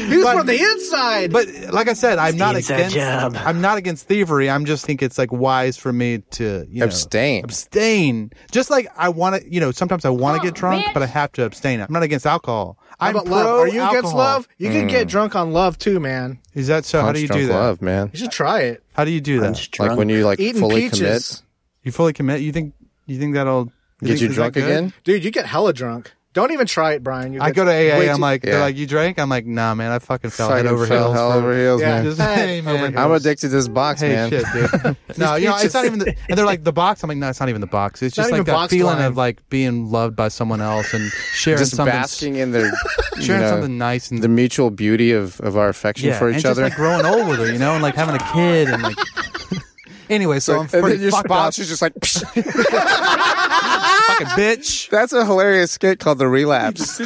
Speaker 6: He's from the inside.
Speaker 1: But like I said, I'm not
Speaker 7: Steve's our
Speaker 1: against.
Speaker 7: job.
Speaker 1: I'm not against thievery. I'm just think it's like wise for me to you know,
Speaker 2: Abstain.
Speaker 1: Abstain. Just like I want to, you know, sometimes I want to get drunk, but I have to abstain. I'm not against alcohol.
Speaker 6: Oh, How
Speaker 1: I'm
Speaker 6: about
Speaker 1: pro
Speaker 6: love? Are you against
Speaker 1: alcohol.
Speaker 6: love? You can
Speaker 2: Mm.
Speaker 6: get drunk on love too, man.
Speaker 1: Is that so? How do you do
Speaker 2: punch-drunk
Speaker 1: that?
Speaker 2: Love, man.
Speaker 6: You should try it.
Speaker 1: How do you do that?
Speaker 2: Like when you like
Speaker 6: Eating
Speaker 2: fully
Speaker 6: peaches,
Speaker 1: you fully commit. You think? You think that'll
Speaker 2: commit, get
Speaker 1: think-
Speaker 2: you
Speaker 1: is that
Speaker 2: drunk
Speaker 1: good?
Speaker 2: again.
Speaker 6: dude. You get hella drunk. Don't even try it, Brian. You
Speaker 1: I
Speaker 6: get
Speaker 1: go to AA.
Speaker 6: way
Speaker 1: I'm
Speaker 6: too-
Speaker 1: like,
Speaker 2: Yeah.
Speaker 1: they're like, you drank? I'm like, nah, man. I fucking fell head
Speaker 2: Fucking
Speaker 1: over
Speaker 2: fell
Speaker 1: heels.
Speaker 2: hell
Speaker 1: bro."
Speaker 2: over heels,
Speaker 6: Yeah. oh
Speaker 2: man.
Speaker 1: Just, hey, man.
Speaker 2: I'm addicted to this box,
Speaker 1: hey,
Speaker 2: man.
Speaker 1: shit, dude. no, you know, it's not even. The, and they're like the box. I'm like, no, it's not even the box. It's just
Speaker 6: Not even
Speaker 1: like that
Speaker 6: box
Speaker 1: feeling
Speaker 6: line.
Speaker 1: of like being loved by someone else and sharing
Speaker 2: Just
Speaker 1: something,
Speaker 2: basking in the you
Speaker 1: sharing
Speaker 2: know,
Speaker 1: something nice and
Speaker 2: the mutual beauty of, of our affection
Speaker 1: yeah,
Speaker 2: for
Speaker 1: and
Speaker 2: each
Speaker 1: just
Speaker 2: other.
Speaker 1: like growing old with her, you know, and like having a kid and like. anyway, so I'm
Speaker 2: and
Speaker 1: pretty
Speaker 2: then your
Speaker 1: fucked
Speaker 2: spouse
Speaker 1: up,
Speaker 2: is just like, "Psh."
Speaker 1: fucking bitch.
Speaker 2: that's a hilarious skit called The Relapse.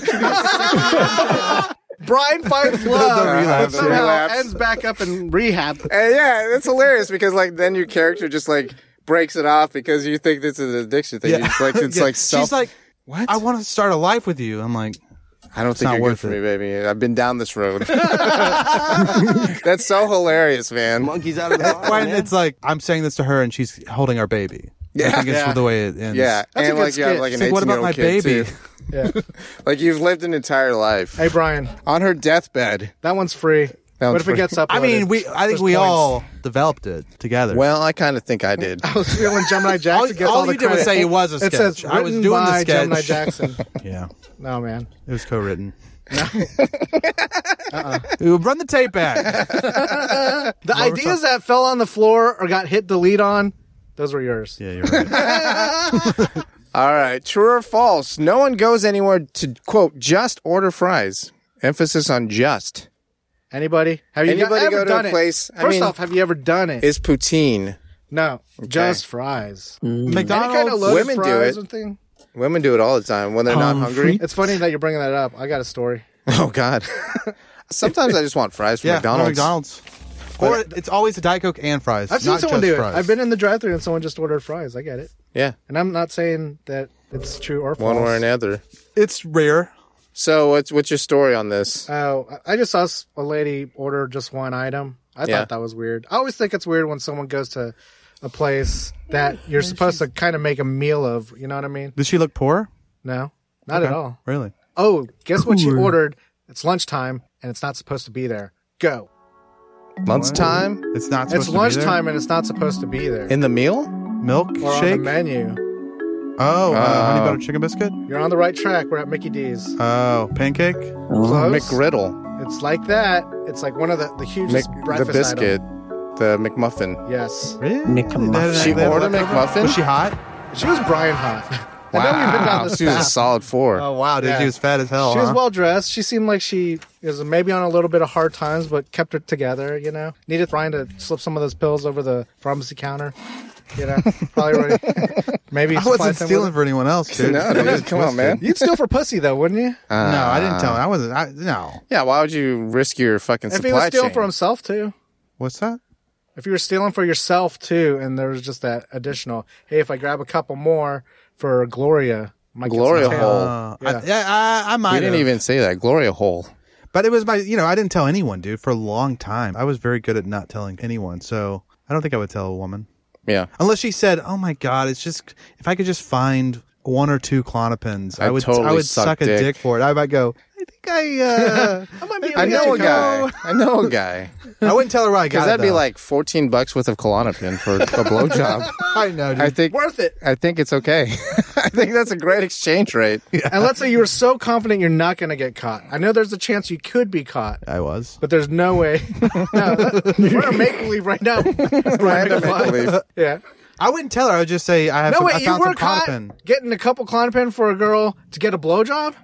Speaker 6: Brian finds love,
Speaker 2: Uh-huh. the relapse,
Speaker 6: but somehow
Speaker 2: relapse.
Speaker 6: ends back up in rehab.
Speaker 2: and yeah, that's hilarious because like then your character just like breaks it off because you think this is an addiction thing. It's like it's
Speaker 1: Yeah.
Speaker 2: like self.
Speaker 1: She's like,
Speaker 2: what?
Speaker 1: I want to start a life with you. I'm like,
Speaker 2: I don't think
Speaker 1: not
Speaker 2: you're good
Speaker 1: worth
Speaker 2: for
Speaker 1: it.
Speaker 2: me, baby. I've been down this road. That's so hilarious, man.
Speaker 8: Monkeys out of the
Speaker 2: Oh,
Speaker 8: barn,
Speaker 1: when
Speaker 8: man.
Speaker 1: it's like I'm saying this to her and she's holding our baby.
Speaker 2: Yeah.
Speaker 1: I think it's
Speaker 6: Yeah.
Speaker 1: the way it ends.
Speaker 2: Yeah,
Speaker 6: That's a
Speaker 2: and
Speaker 6: good
Speaker 2: like you have
Speaker 6: skit.
Speaker 2: like an
Speaker 1: It's like,
Speaker 2: 18
Speaker 1: what
Speaker 2: year
Speaker 1: about my
Speaker 2: old kid
Speaker 1: baby?
Speaker 2: too.
Speaker 6: Yeah.
Speaker 2: Like you've lived an entire life
Speaker 6: Hey, Brian,
Speaker 2: on her deathbed.
Speaker 6: that one's free.
Speaker 2: That
Speaker 6: what
Speaker 2: one's
Speaker 6: if
Speaker 2: free.
Speaker 6: it gets uploaded?
Speaker 1: I mean, we. I think
Speaker 6: There's
Speaker 1: we
Speaker 6: points.
Speaker 1: all developed it together.
Speaker 2: Well, I kind of think I did.
Speaker 6: I was feeling Gemini Jackson
Speaker 1: All-
Speaker 6: gets
Speaker 1: all
Speaker 6: all the
Speaker 1: you did was
Speaker 6: credit.
Speaker 1: say it was a sketch.
Speaker 6: It says
Speaker 1: I was
Speaker 6: written
Speaker 1: doing the
Speaker 6: by
Speaker 1: sketch.
Speaker 6: Gemini Jackson.
Speaker 1: yeah,
Speaker 6: No, man.
Speaker 1: it was co-written.
Speaker 6: Uh-uh.
Speaker 1: uh Run the tape back.
Speaker 6: The ideas that fell on the floor or got hit delete on, those were yours.
Speaker 1: yeah, you're right.
Speaker 2: All right, true or false? No one goes anywhere to quote just order fries. Emphasis on just.
Speaker 6: Anybody? Have you
Speaker 2: Anybody
Speaker 6: ever
Speaker 2: go to
Speaker 6: done
Speaker 2: a
Speaker 6: it?
Speaker 2: place- I
Speaker 6: First
Speaker 2: mean-
Speaker 6: off, have you ever done it?
Speaker 2: Is poutine.
Speaker 6: no, just fries. Any kind of
Speaker 1: McDonald's.
Speaker 6: loaded
Speaker 2: Women do
Speaker 6: fries
Speaker 2: it.
Speaker 6: or thing?
Speaker 2: Women do it all the time when they're not
Speaker 7: Pommes
Speaker 2: hungry.
Speaker 6: It's funny that you're bringing that up. I got a story.
Speaker 2: Oh God. Sometimes I just want fries from
Speaker 1: Yeah,
Speaker 2: McDonald's.
Speaker 1: McDonald's. Or it's always a Diet Coke and fries.
Speaker 6: I've seen
Speaker 1: not
Speaker 6: someone
Speaker 1: just
Speaker 6: do it.
Speaker 1: fries.
Speaker 6: I've been in the drive-thru and someone just ordered fries. I get it.
Speaker 2: Yeah,
Speaker 6: And I'm not saying that it's true or false.
Speaker 2: one way or another.
Speaker 1: It's rare.
Speaker 2: So what's what's your story on this?
Speaker 6: Oh, I- I just saw s- a lady order just one item. I
Speaker 2: Yeah.
Speaker 6: thought that was weird. I always think it's weird when someone goes to a place that you're supposed to kind of make a meal of. You know what I mean?
Speaker 1: Does she look poor?
Speaker 6: No, not at all.
Speaker 1: Really?
Speaker 6: Oh, guess what you ordered? It's lunchtime and it's not supposed to be there. Go.
Speaker 2: Lunchtime
Speaker 1: It's not.
Speaker 6: It's
Speaker 1: supposed to be there?
Speaker 6: lunchtime and it's not supposed to be there.
Speaker 2: in the meal?
Speaker 1: Milk
Speaker 6: or on the
Speaker 1: shake.
Speaker 6: menu.
Speaker 1: Oh, uh, honey butter chicken biscuit.
Speaker 6: You're on the right track. We're at Mickey D's.
Speaker 1: Oh, pancake.
Speaker 6: Close.
Speaker 2: McGriddle,
Speaker 6: It's like that. It's like one of the, the
Speaker 2: Mc,
Speaker 6: hugest
Speaker 2: the
Speaker 6: breakfast
Speaker 2: biscuit,
Speaker 6: item.
Speaker 2: the McMuffin.
Speaker 6: Yes.
Speaker 1: Really?
Speaker 7: McMuffin.
Speaker 1: They had an-
Speaker 2: She
Speaker 1: they had
Speaker 2: ordered
Speaker 1: leftover?
Speaker 2: McMuffin?
Speaker 1: Was she hot?
Speaker 6: She was Brian hot. I know we've been down
Speaker 2: Wow,
Speaker 6: this
Speaker 2: she was a
Speaker 6: path.
Speaker 2: Ah, solid four.
Speaker 1: Oh wow, dude,
Speaker 6: Yeah.
Speaker 1: she was fat as hell.
Speaker 6: She was
Speaker 1: huh?
Speaker 6: well dressed. She seemed like she was maybe on a little bit of hard times, but kept it together. You know, needed Brian to slip some of those pills over the pharmacy counter. You know, probably already, maybe
Speaker 1: I wasn't stealing for anyone else, dude.
Speaker 2: No, dude, come on, man.
Speaker 6: You'd steal for pussy though, wouldn't you?
Speaker 1: No, I didn't tell. him. I wasn't. I, no.
Speaker 2: Yeah, why would you risk your fucking
Speaker 6: if he
Speaker 2: supply
Speaker 6: was stealing
Speaker 2: chain?
Speaker 6: for himself too.
Speaker 1: What's that?
Speaker 6: If you were stealing for yourself too, and there was just that additional, hey, if I grab a couple more for Gloria, my
Speaker 2: Gloria hole.
Speaker 1: Uh, I, yeah, I, I might.
Speaker 2: we didn't
Speaker 1: have.
Speaker 2: even say that. Gloria hole.
Speaker 1: But it was my, you know, I didn't tell anyone, dude, for a long time. I was very good at not telling anyone. So I don't think I would tell a woman.
Speaker 2: Yeah.
Speaker 1: Unless she said, "Oh my God, it's just if I could just find one or two clonopins, I,
Speaker 2: I'd
Speaker 1: would I
Speaker 2: totally
Speaker 1: would
Speaker 2: suck
Speaker 1: suck, a
Speaker 2: dick."
Speaker 1: dick. for it." I might go, "I think I, uh, I might be."
Speaker 2: I
Speaker 1: able to
Speaker 2: know a
Speaker 1: go."
Speaker 2: guy. I know a guy.
Speaker 1: I wouldn't tell her where I got
Speaker 2: Because
Speaker 1: it,
Speaker 2: that'd be
Speaker 1: though.
Speaker 2: like 14 bucks worth of Klonopin for a blowjob.
Speaker 1: I know, dude.
Speaker 2: I think
Speaker 6: Worth it.
Speaker 2: I think it's okay. I think that's a great exchange rate.
Speaker 6: And let's say you were so confident you're not going to get caught. I know there's a chance you could be caught,
Speaker 1: I was.
Speaker 6: but there's no way. no, that- we're in make believe right now.
Speaker 2: Random, I believe.
Speaker 6: Yeah.
Speaker 1: I wouldn't tell her. I would just say, "I have.
Speaker 6: No,
Speaker 1: some,
Speaker 6: wait,
Speaker 1: I
Speaker 6: you
Speaker 1: found
Speaker 6: were
Speaker 1: some
Speaker 6: caught
Speaker 1: clonopin."
Speaker 6: getting a couple Klonopin for a girl to get a blowjob?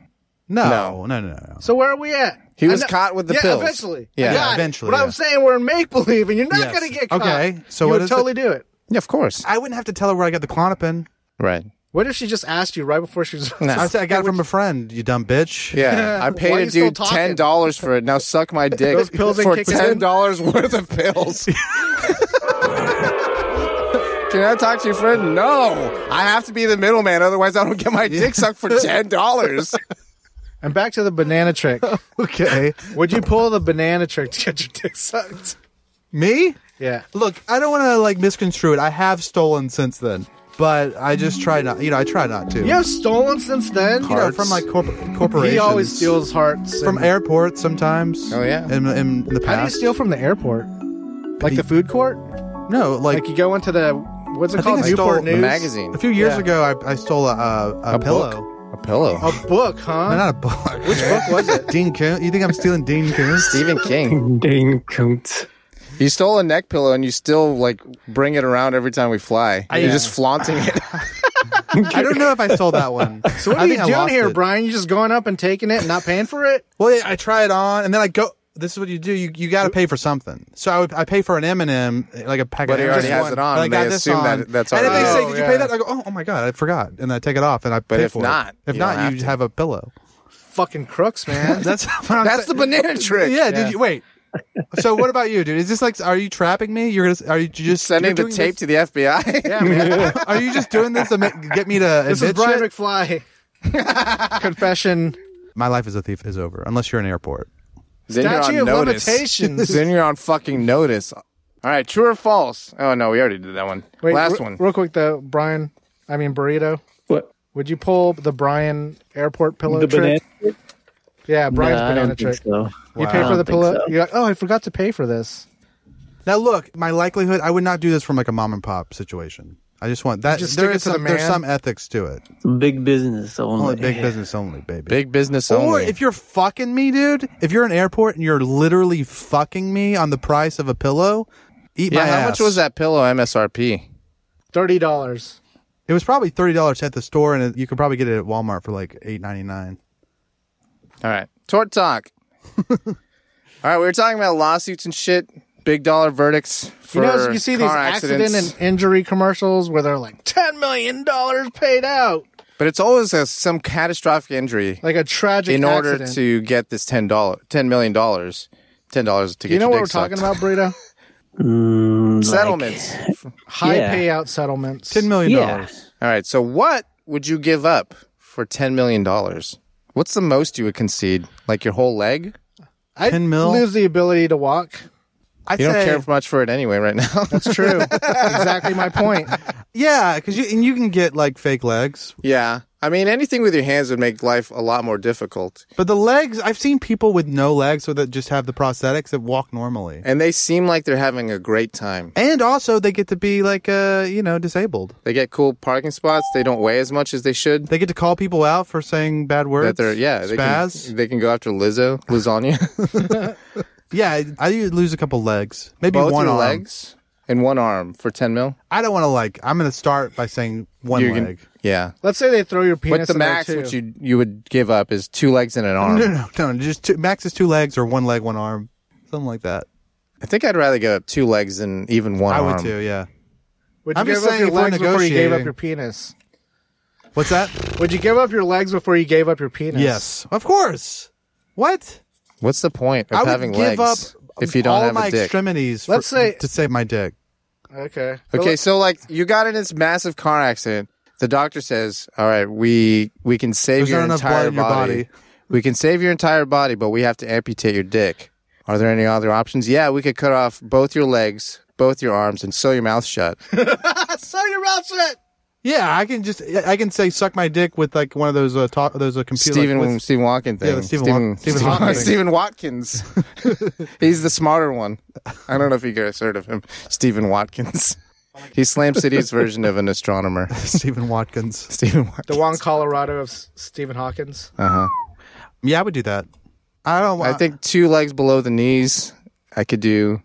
Speaker 1: No, no, no, no. no.
Speaker 6: So where are we at?
Speaker 2: He
Speaker 6: I
Speaker 2: was
Speaker 6: know-
Speaker 2: caught with the
Speaker 6: yeah,
Speaker 2: pills.
Speaker 6: eventually.
Speaker 2: Yeah.
Speaker 6: I
Speaker 2: Yeah,
Speaker 6: got it.
Speaker 1: eventually,
Speaker 6: But
Speaker 1: yeah.
Speaker 6: I'm saying we're in make believe, and you're not
Speaker 1: Yes.
Speaker 6: going to get caught.
Speaker 1: Okay, so
Speaker 6: you
Speaker 1: what
Speaker 6: would
Speaker 1: is the-
Speaker 6: totally do it.
Speaker 2: Yeah, of course.
Speaker 1: I wouldn't have to tell her where I got the clonopin.
Speaker 2: Right.
Speaker 6: What if she just asked you right before she was?
Speaker 1: I would say I got it from a friend. You dumb bitch.
Speaker 2: Yeah, I
Speaker 6: Why are
Speaker 2: paid
Speaker 6: you
Speaker 2: a
Speaker 6: still
Speaker 2: dude
Speaker 6: talking?
Speaker 2: ten dollars for it. Now suck my dick
Speaker 6: Those pills ain't
Speaker 2: for
Speaker 6: kicking
Speaker 2: ten dollars worth of pills. Can I talk to your friend? No, I have to be the middleman, otherwise I don't get my dick sucked for ten dollars.
Speaker 6: And back to the banana trick.
Speaker 1: Okay.
Speaker 6: Would you pull the banana trick to get your dick sucked?
Speaker 1: Me?
Speaker 6: Yeah.
Speaker 1: Look, I don't want to like misconstrue it. I have stolen since then, but I just try not. You know, I try not to.
Speaker 6: You have stolen since then.
Speaker 1: You know, from like corp- corporations.
Speaker 6: he always steals hearts
Speaker 1: from
Speaker 6: and-
Speaker 1: airports sometimes.
Speaker 2: Oh, yeah.
Speaker 1: In, in the
Speaker 6: How do you
Speaker 1: past.
Speaker 6: steal from the airport? Like the food court?
Speaker 1: no, like,
Speaker 6: Like you go into the what's it
Speaker 1: I think
Speaker 6: called?
Speaker 1: I stole
Speaker 6: Newport
Speaker 1: the
Speaker 6: News
Speaker 2: magazine,
Speaker 1: a few years
Speaker 6: Yeah.
Speaker 1: ago, I, I stole a a, a,
Speaker 2: a
Speaker 1: pillow.
Speaker 2: book, a pillow.
Speaker 6: A book, huh?
Speaker 1: No, not a book. Which book was it? Dean Coon. You think I'm stealing Dean Coon?
Speaker 2: Stephen King.
Speaker 7: Ding, counts.
Speaker 2: You stole a neck pillow and you still like bring it around every time we fly. You're just flaunting it.
Speaker 1: I don't know if I stole that one.
Speaker 6: So what
Speaker 1: I
Speaker 6: are
Speaker 1: think
Speaker 6: you
Speaker 1: I
Speaker 6: doing
Speaker 1: lost
Speaker 6: here,
Speaker 1: it.
Speaker 6: Brian? You just going up and taking it and not paying for it?
Speaker 1: Well, yeah, I try it on, and then I go. This is what you do. You, you got to pay for something. So I would I pay for an M and m like a pack
Speaker 2: But
Speaker 1: of
Speaker 2: he already
Speaker 1: just
Speaker 2: has
Speaker 1: one.
Speaker 2: it on,
Speaker 1: But I
Speaker 2: and
Speaker 1: got
Speaker 2: they
Speaker 1: this
Speaker 2: assume that
Speaker 1: on.
Speaker 2: that's
Speaker 1: and if they
Speaker 2: already-
Speaker 1: say,
Speaker 6: Oh,
Speaker 1: "Did you
Speaker 6: yeah.
Speaker 1: pay that?" I go, "Oh, oh my god, I forgot," and I take it off and I pay
Speaker 2: if
Speaker 1: for
Speaker 2: not,
Speaker 1: it. If
Speaker 2: you don't
Speaker 1: not,
Speaker 2: have
Speaker 1: you
Speaker 2: to.
Speaker 1: have a pillow.
Speaker 6: Fucking crooks, man.
Speaker 1: That's what I'm
Speaker 2: That's the
Speaker 1: saying.
Speaker 2: banana trick.
Speaker 1: Yeah, dude. You, wait. So what about you, dude? Is this like? Are you trapping me? You're gonna? Are you just
Speaker 2: Sending
Speaker 1: you're doing
Speaker 2: the tape to the FBI.
Speaker 6: yeah, man.
Speaker 1: this- are you just doing this to ma- get me to
Speaker 6: This is
Speaker 1: admit
Speaker 6: Brian
Speaker 1: shit?
Speaker 6: McFly. Confession.
Speaker 1: My life as a thief is over, unless you're in an airport.
Speaker 2: Then you're
Speaker 6: Statue
Speaker 2: on
Speaker 6: of
Speaker 2: notice.
Speaker 6: limitations.
Speaker 2: then you're on fucking notice. All right, true or false? Oh no, we already did that one.
Speaker 6: Wait,
Speaker 2: Last
Speaker 6: re-
Speaker 2: one.
Speaker 6: Real quick though, Brian. I mean burrito.
Speaker 7: What?
Speaker 6: Would you pull the Brian airport pillow
Speaker 7: The
Speaker 6: trick?
Speaker 7: banana?
Speaker 6: Yeah, Brian's
Speaker 7: Nah, I
Speaker 6: banana
Speaker 7: don't
Speaker 6: trick.
Speaker 7: think so.
Speaker 6: You
Speaker 1: Wow.
Speaker 6: pay
Speaker 1: I
Speaker 6: for
Speaker 7: don't
Speaker 6: the
Speaker 7: think
Speaker 6: pillow.
Speaker 7: so.
Speaker 6: You're like, oh, I forgot to pay for this.
Speaker 1: Now look, my likelihood I would not do this from like a mom and pop situation. I just want that
Speaker 6: Just stick
Speaker 1: there
Speaker 6: it
Speaker 1: is
Speaker 6: to the
Speaker 1: some, there's
Speaker 6: man. Oh,
Speaker 1: some ethics to it.
Speaker 7: Big business only.
Speaker 1: Only big business only, baby.
Speaker 2: Big business
Speaker 1: or
Speaker 2: only.
Speaker 1: if you're fucking me, dude, if you're in an airport and you're literally fucking me on the price of a pillow, eat
Speaker 2: yeah,
Speaker 1: my
Speaker 2: how
Speaker 1: ass.
Speaker 2: much was that pillow MSRP?
Speaker 6: Thirty dollars.
Speaker 1: It was probably thirty dollars at the store, and it, you could probably get it at Walmart for like eight ninety nine.
Speaker 2: All right, tort talk. All right, we were talking about lawsuits and shit, big dollar verdicts for
Speaker 6: You know, you see these
Speaker 2: car
Speaker 6: accident
Speaker 2: accidents,
Speaker 6: and injury commercials where they're like ten million dollars paid out,
Speaker 2: but it's always a, some catastrophic injury
Speaker 6: like a tragic
Speaker 2: in order
Speaker 6: accident.
Speaker 2: to get this ten dollar, ten million dollars, ten dollars to get.
Speaker 6: you know
Speaker 2: your
Speaker 6: what
Speaker 2: dick
Speaker 6: we're talking
Speaker 2: sucked.
Speaker 6: about, Burrito?
Speaker 7: Mm, like-
Speaker 2: Settlements.
Speaker 6: High
Speaker 7: Yeah.
Speaker 6: payout settlements.
Speaker 1: Ten million
Speaker 7: yeah.
Speaker 1: dollars.
Speaker 2: All right. So what would you give up for ten million dollars? What's the most you would concede? Like your whole leg?
Speaker 6: I
Speaker 1: 10 mil?
Speaker 6: lose the ability to walk.
Speaker 1: I
Speaker 2: You
Speaker 1: say,
Speaker 2: don't care much for it anyway, right now.
Speaker 6: It's true. exactly my point.
Speaker 1: yeah, because you and you can get like fake legs,
Speaker 2: yeah. I mean, anything with your hands would make life a lot more difficult,
Speaker 1: but the legs. I've seen people with no legs, so that just have the prosthetics that walk normally.
Speaker 2: and they seem like they're having a great time.
Speaker 1: And also, they get to be like, uh, you know, disabled.
Speaker 2: They get cool parking spots. They don't weigh as much as they should.
Speaker 1: They get to call people out for saying bad words.
Speaker 2: That they're yeah. They
Speaker 1: spaz.
Speaker 2: Can, they can go after Lizzo, lasagna,
Speaker 1: yeah, I, I lose a couple legs, maybe
Speaker 2: both
Speaker 1: one
Speaker 2: your
Speaker 1: arm.
Speaker 2: legs and one arm for ten mil.
Speaker 1: I don't want to like. I'm gonna start by saying one
Speaker 2: You can-
Speaker 1: leg.
Speaker 2: yeah.
Speaker 6: Let's say they throw your penis.
Speaker 2: But the
Speaker 6: in there,
Speaker 2: max
Speaker 6: too.
Speaker 2: which you you would give up is two legs and an arm.
Speaker 1: No, no, no, no. Just two, max is two legs or one leg, one arm, something like that.
Speaker 2: I think I'd rather give up two legs than even one
Speaker 1: I
Speaker 2: arm.
Speaker 1: would too. Yeah.
Speaker 6: would you
Speaker 1: I'm
Speaker 6: give
Speaker 1: just
Speaker 6: up
Speaker 1: saying
Speaker 6: your
Speaker 1: if we're
Speaker 6: legs before you gave up
Speaker 1: negotiating-
Speaker 6: your penis?
Speaker 1: What's that?
Speaker 6: Would you give up your legs before you gave up your penis?
Speaker 1: yes, of course. What?
Speaker 2: What's the point of
Speaker 1: I would
Speaker 2: having
Speaker 1: give
Speaker 2: legs
Speaker 1: up
Speaker 2: if you don't
Speaker 1: all
Speaker 2: have
Speaker 1: my
Speaker 2: a dick?
Speaker 1: extremities. for-
Speaker 6: Let's say-
Speaker 1: to save my dick.
Speaker 6: Okay.
Speaker 2: okay, so like you got in this massive car accident. The doctor says, "All right, we we can save
Speaker 1: There's
Speaker 2: your
Speaker 1: not enough blood
Speaker 2: entire
Speaker 1: in your
Speaker 2: body.
Speaker 1: body."
Speaker 2: We can save your entire body, but we have to amputate your dick. Are there any other options? Yeah, we could cut off both your legs, both your arms, and sew your mouth shut.
Speaker 6: Sew your mouth shut.
Speaker 1: Yeah, I can just I can say suck my dick with like one of those uh, talk those uh, computer
Speaker 2: Stephen
Speaker 1: like, with-
Speaker 2: Stephen Watkin thing.
Speaker 1: Yeah, the Stephen Wa- Stephen
Speaker 2: Stephen,
Speaker 1: Hawking thing.
Speaker 2: Stephen Watkins. He's the smarter one. I don't know if you guys heard of him. Stephen Watkins. He's Slam City's version of an astronomer.
Speaker 1: Stephen Watkins.
Speaker 2: Stephen Watkins.
Speaker 6: The Wong Colorado of S- Stephen Hawkins.
Speaker 2: Uh.
Speaker 1: Yeah, I would do that. I don't.
Speaker 2: I think two legs below the knees. I could do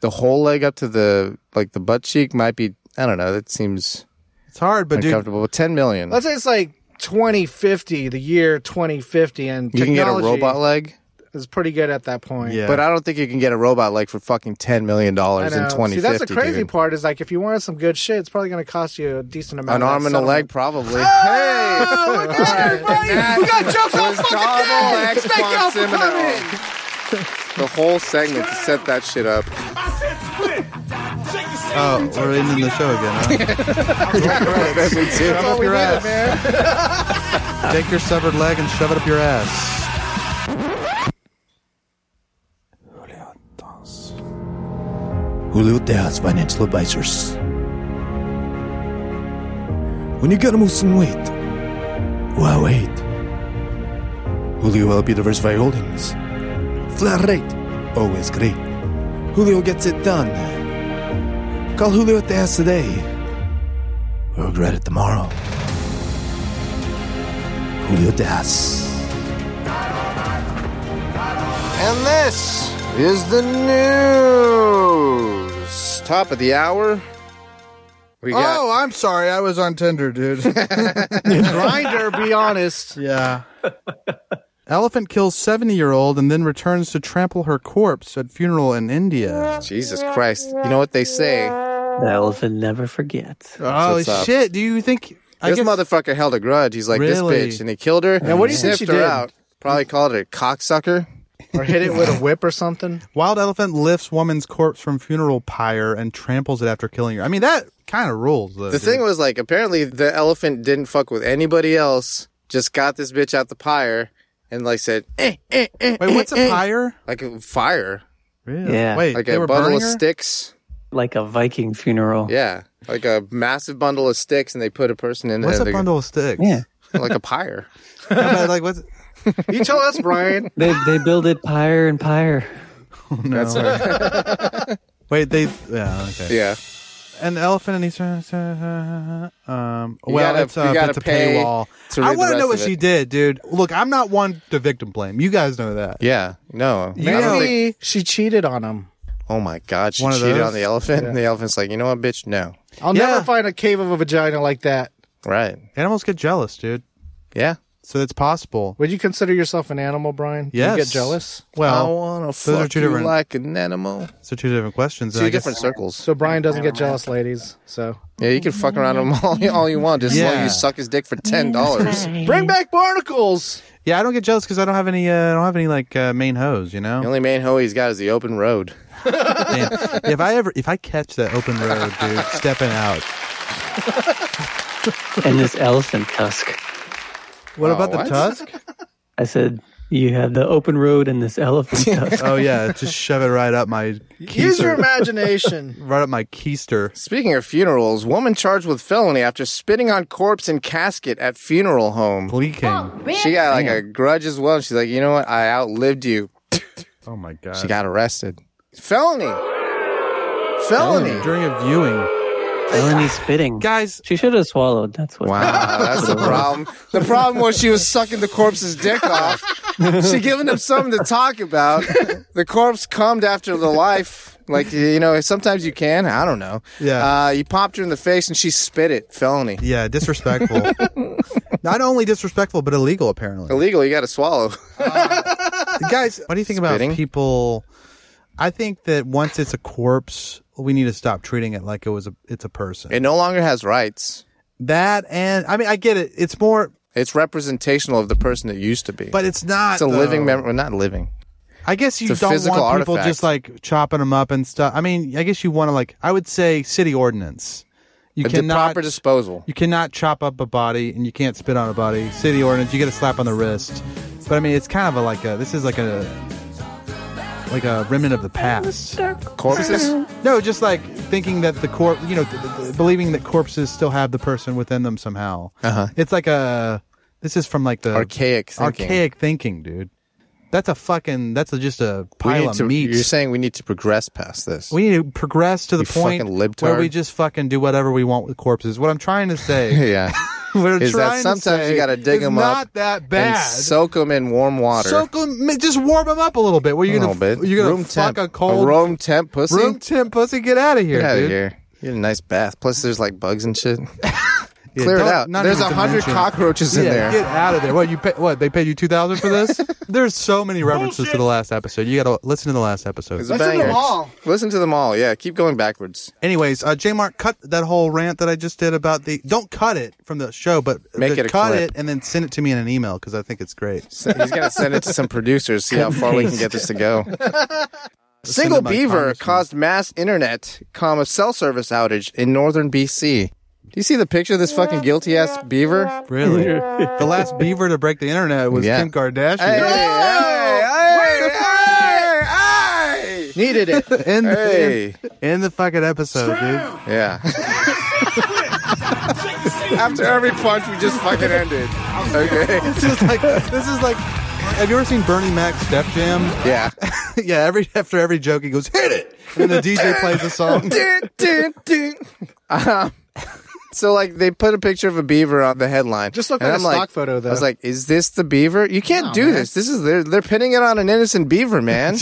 Speaker 2: the whole leg up to the like the butt cheek might be. I don't know. That seems
Speaker 1: it's hard, but dude,
Speaker 2: uncomfortable. Ten million.
Speaker 6: Let's say it's like 2050, the year 2050, and
Speaker 2: you can get a
Speaker 6: technology
Speaker 2: robot leg,
Speaker 6: is pretty good at that point.
Speaker 1: yeah,
Speaker 2: but I don't think you can get a robot leg for fucking ten million
Speaker 6: I
Speaker 2: dollars in
Speaker 6: know.
Speaker 2: twenty fifty.
Speaker 6: See, that's the crazy
Speaker 2: dude.
Speaker 6: part is like if you wanted some good shit, it's probably going to cost you a Ah! decent amount.
Speaker 2: An
Speaker 6: of that
Speaker 2: arm and a
Speaker 6: settlement.
Speaker 2: leg, probably. hey,
Speaker 6: We got jokes on fucking day.
Speaker 2: X The whole segment to set that shit up.
Speaker 3: I said split. Shake the same
Speaker 1: oh, we're ending the show again.
Speaker 6: That's all we
Speaker 1: your
Speaker 6: needed,
Speaker 1: ass.
Speaker 6: man.
Speaker 1: Huh? Take your severed leg and shove it up your ass.
Speaker 8: Julio Tejas Financial Advisors. When you gotta move some weight, why wait? Julio will help you diversify your holdings. Flat rate, always great. Julio gets it done. Call Julio Tejas today. We'll regret it tomorrow. Julio Tejas.
Speaker 2: And this is the news. Top of the hour. We got
Speaker 1: Oh, I'm sorry, I was on Tinder, dude.
Speaker 6: Grinder, be honest.
Speaker 1: yeah. Elephant kills 70 year old and then returns to trample her corpse at funeral in India.
Speaker 2: Jesus Christ. You know what they say?
Speaker 7: The elephant never forgets.
Speaker 1: Oh,
Speaker 2: what's up.
Speaker 1: shit. Do you think. I
Speaker 2: this
Speaker 1: guess,
Speaker 2: motherfucker held a grudge. He's like
Speaker 1: Really?
Speaker 2: this bitch, and he killed her. Now
Speaker 6: what do you think she did?
Speaker 2: Probably called her a cocksucker.
Speaker 6: Or hit it with a whip or something.
Speaker 1: wild elephant lifts woman's corpse from funeral pyre and tramples it after killing her. I mean, that kind of rules. Though,
Speaker 2: The
Speaker 1: dude.
Speaker 2: thing was like apparently the elephant didn't fuck with anybody else. Just got this bitch out the pyre and like said eh, eh, eh,
Speaker 1: Wait, what's a pyre?
Speaker 2: like a fire,
Speaker 1: Really?
Speaker 7: Yeah.
Speaker 1: Wait,
Speaker 2: like
Speaker 1: they
Speaker 2: a
Speaker 1: were
Speaker 2: bundle
Speaker 1: burning
Speaker 2: of
Speaker 1: her?
Speaker 2: sticks.
Speaker 7: Like a Viking funeral.
Speaker 2: Yeah, like a massive bundle of sticks, and they put a person in
Speaker 1: What's
Speaker 2: there.
Speaker 1: a
Speaker 2: They-
Speaker 1: bundle of sticks?
Speaker 7: Yeah.
Speaker 2: like a pyre.
Speaker 1: No, but, like what's
Speaker 6: You tell us, Brian.
Speaker 7: They, they build it pyre and pyre.
Speaker 2: That's right.
Speaker 1: wait they yeah okay
Speaker 2: yeah.
Speaker 1: an elephant and he's um
Speaker 2: You
Speaker 1: well
Speaker 2: gotta-
Speaker 1: it's,
Speaker 2: you
Speaker 1: uh,
Speaker 2: gotta
Speaker 1: it's a
Speaker 2: pay
Speaker 1: paywall
Speaker 2: to read
Speaker 1: I
Speaker 2: the
Speaker 1: want to know
Speaker 2: rest
Speaker 1: what
Speaker 2: of
Speaker 1: she
Speaker 2: it.
Speaker 1: did dude look I'm not one to victim blame you guys know that
Speaker 2: Yeah. No. I
Speaker 1: You
Speaker 2: don't
Speaker 1: know-
Speaker 2: think-
Speaker 6: Maybe she cheated on him.
Speaker 2: oh my God. She
Speaker 1: One of
Speaker 2: cheated
Speaker 1: those?
Speaker 2: on the elephant, and the elephant's like, you know what, bitch? No.
Speaker 6: I'll
Speaker 1: Yeah.
Speaker 6: never find a cave of a vagina like that.
Speaker 2: Right.
Speaker 1: animals get jealous dude
Speaker 2: Yeah.
Speaker 1: so it's possible
Speaker 6: Would you consider yourself an animal, Brian? Do
Speaker 1: Yes.
Speaker 6: You get jealous.
Speaker 2: I
Speaker 1: well
Speaker 2: wanna
Speaker 1: are
Speaker 2: fuck
Speaker 1: two
Speaker 2: you
Speaker 1: different-
Speaker 2: like an animal.
Speaker 1: so two different questions and
Speaker 2: Two
Speaker 1: I guess-
Speaker 2: different circles.
Speaker 6: So Brian doesn't get jealous, ladies. So
Speaker 2: Yeah, you can fuck around him all, all you want, just as long
Speaker 1: Yeah.
Speaker 2: as you suck his dick for ten dollars. You
Speaker 6: bring back barnacles.
Speaker 1: yeah I don't get jealous because I don't have any uh, I don't have any like uh, main hose you
Speaker 2: The
Speaker 1: know
Speaker 2: only main hoe he's got is the open road.
Speaker 1: Damn. if I ever if I catch that open road dude stepping out
Speaker 7: And this elephant tusk.
Speaker 1: what
Speaker 2: Oh,
Speaker 1: about the
Speaker 2: what?
Speaker 1: tusk
Speaker 7: I said, you have the open road and this elephant tusk.
Speaker 1: oh yeah just shove it right up my
Speaker 6: Use your
Speaker 1: keister
Speaker 6: imagination.
Speaker 1: right up my keister
Speaker 2: Speaking of funerals, woman charged with felony after spitting on corpse and casket at funeral home.
Speaker 1: leaking.
Speaker 2: She got like a grudge as well. She's like, you know what? I outlived you.
Speaker 1: Oh my god.
Speaker 2: She got arrested. Felony. Felony.
Speaker 1: during a viewing.
Speaker 7: Melanie spitting.
Speaker 1: Guys,
Speaker 7: She should have swallowed. That's what.
Speaker 2: Wow, that's the problem. The problem was she was sucking the corpse's dick off. She giving him something to talk about. The corpse cummed after the life. Like you know, sometimes you can. I don't know.
Speaker 1: Yeah.
Speaker 2: Uh, you popped her in the face and she spit it. Felony.
Speaker 1: yeah, disrespectful. Not only disrespectful, but illegal apparently.
Speaker 2: Illegal. You got to swallow.
Speaker 1: Guys, what do you think
Speaker 2: Spitting?
Speaker 1: about people? I think that once it's a corpse, we need to stop treating it like it was a it's a person.
Speaker 2: It no longer has rights.
Speaker 1: that and I mean I get it. It's more,
Speaker 2: It's representational of the person it used to be.
Speaker 1: but it's not.
Speaker 2: it's a
Speaker 1: though.
Speaker 2: living memory. Well, not living.
Speaker 1: I guess you
Speaker 2: it's a
Speaker 1: don't want
Speaker 2: physical
Speaker 1: people
Speaker 2: artifact.
Speaker 1: just like chopping them up and stuff. I mean, I guess you want to like. I would say city ordinance. You
Speaker 2: The
Speaker 1: cannot
Speaker 2: proper disposal.
Speaker 1: You cannot chop up a body and you can't spit on a body. City ordinance, you get a slap on the wrist. But I mean, it's kind of a, like a this is like a like a remnant of the past.
Speaker 2: Corpses?
Speaker 1: No, just like thinking that the corp, you know, th- th- th- believing that corpses still have the person within them somehow.
Speaker 2: Uh-huh.
Speaker 1: It's like a this is from like the
Speaker 2: Archaic thinking.
Speaker 1: archaic thinking, dude. That's a fucking. That's a, just a
Speaker 2: We
Speaker 1: pile
Speaker 2: need
Speaker 1: of
Speaker 2: to-
Speaker 1: meat.
Speaker 2: You're saying we need to progress past this.
Speaker 1: We need to progress to the
Speaker 2: You
Speaker 1: point
Speaker 2: fucking libtard.
Speaker 1: where we just fucking do whatever we want with corpses. What I'm trying to say,
Speaker 2: yeah.
Speaker 1: what I'm
Speaker 2: Is that
Speaker 1: trying to
Speaker 2: sometimes you
Speaker 1: say
Speaker 2: gotta dig
Speaker 1: is
Speaker 2: 'em up
Speaker 1: Not that
Speaker 2: And
Speaker 1: bad.
Speaker 2: soak them in warm water.
Speaker 1: Soak 'em- ma- just warm them up a little bit. Where
Speaker 2: a
Speaker 1: you're
Speaker 2: little
Speaker 1: gonna
Speaker 2: bit.
Speaker 1: you're gonna
Speaker 2: room
Speaker 1: fuck a
Speaker 2: temp.
Speaker 1: cold
Speaker 2: room temp pussy.
Speaker 1: room temp pussy. Get out of here,
Speaker 2: Get out
Speaker 1: dude.
Speaker 2: of here. You get a nice bath. Plus, there's like bugs and shit.
Speaker 1: Yeah,
Speaker 2: Clear it
Speaker 1: don't-
Speaker 2: out.
Speaker 1: not
Speaker 2: There's a
Speaker 1: even to
Speaker 2: hundred
Speaker 1: mention-
Speaker 2: cockroaches in
Speaker 1: Yeah,
Speaker 2: there.
Speaker 1: get out of there. What you pay, what they paid you two thousand for this? There's so many references to
Speaker 3: Bullshit.
Speaker 1: the last episode. You gotta listen to the last episode.
Speaker 2: It's a
Speaker 6: Listen to
Speaker 2: banger.
Speaker 6: them all.
Speaker 2: Listen to them all. Yeah, keep going backwards.
Speaker 1: Anyways, uh, J Mark, cut that whole rant that I just did about the. Don't cut it from the show, but
Speaker 2: Make it a
Speaker 1: cut it
Speaker 2: clip.
Speaker 1: and then send it to me in an email because I think it's great.
Speaker 2: So he's gonna send it to some producers. See how far we can get this to go.
Speaker 1: Send
Speaker 2: Single
Speaker 1: it by
Speaker 2: beaver
Speaker 1: Congressman.
Speaker 2: caused mass internet, comma cell service outage in northern BC. Do you see the picture of this fucking guilty ass beaver?
Speaker 1: Really, the last beaver to break the internet was
Speaker 2: Yeah.
Speaker 1: Kim Kardashian.
Speaker 2: Hey, hey, hey, hey,
Speaker 6: Needed it.
Speaker 1: In the,
Speaker 2: hey, hey.
Speaker 1: in the fucking episode, dude.
Speaker 2: Yeah.
Speaker 3: Shake the scene.
Speaker 2: After every punch, we just fucking ended. Okay.
Speaker 1: This is like this is like. Have you ever seen Bernie Mac's Step Jam?
Speaker 2: Yeah.
Speaker 1: yeah, every after every joke he goes hit it, and then the DJ plays a song.
Speaker 2: Dun, dun, dun. Um, so like they put a picture of a beaver on the headline.
Speaker 6: Just looked
Speaker 2: And
Speaker 6: like a
Speaker 2: I'm
Speaker 6: stock photo, though.
Speaker 2: I was like, "Is this the beaver? You can't do
Speaker 6: man.
Speaker 2: this. This is they're they're pinning it on an innocent beaver, man.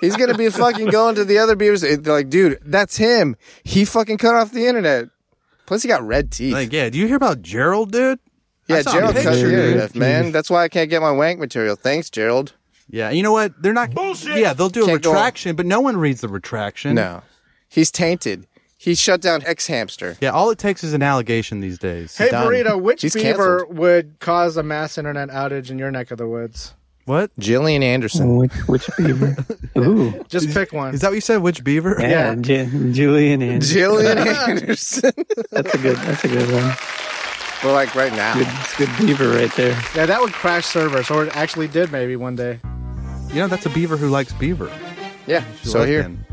Speaker 2: He's gonna be fucking going to the other beavers. It- They're like, dude, that's him. He fucking cut off the internet. Plus, he got red teeth.
Speaker 1: Like, yeah, do you hear about Gerald, dude?
Speaker 2: yeah,
Speaker 1: saw a
Speaker 2: Gerald cut
Speaker 1: picture,
Speaker 2: the
Speaker 1: dude.
Speaker 2: internet, man. That's why I can't get my wank material. Thanks, Gerald.
Speaker 1: Yeah, you know what? They're not.
Speaker 3: Bullshit.
Speaker 1: Yeah, they'll do a
Speaker 2: Can't go on.
Speaker 1: retraction, but no one reads the retraction.
Speaker 2: No, he's tainted. He shut down X Hamster.
Speaker 1: Yeah, all it takes is an allegation these days.
Speaker 6: hey,
Speaker 2: done.
Speaker 6: burrito, which
Speaker 2: He's
Speaker 6: beaver
Speaker 2: canceled.
Speaker 6: would cause a mass internet outage in your neck of the woods?
Speaker 1: What
Speaker 2: Jillian Anderson.
Speaker 7: Which, which beaver? Ooh.
Speaker 6: Just pick one.
Speaker 1: is that? What you said? Which beaver?
Speaker 7: Yeah, Ju- Julian and
Speaker 2: Jillian Anderson.
Speaker 7: that's a good that's a good one.
Speaker 2: We're like right now.
Speaker 7: Good, it's good beaver right there.
Speaker 6: yeah, that would crash servers, or it actually did maybe one day.
Speaker 1: You know, that's a beaver who likes beaver.
Speaker 2: Yeah.
Speaker 1: She
Speaker 2: So I
Speaker 1: liked
Speaker 2: hear.
Speaker 1: him.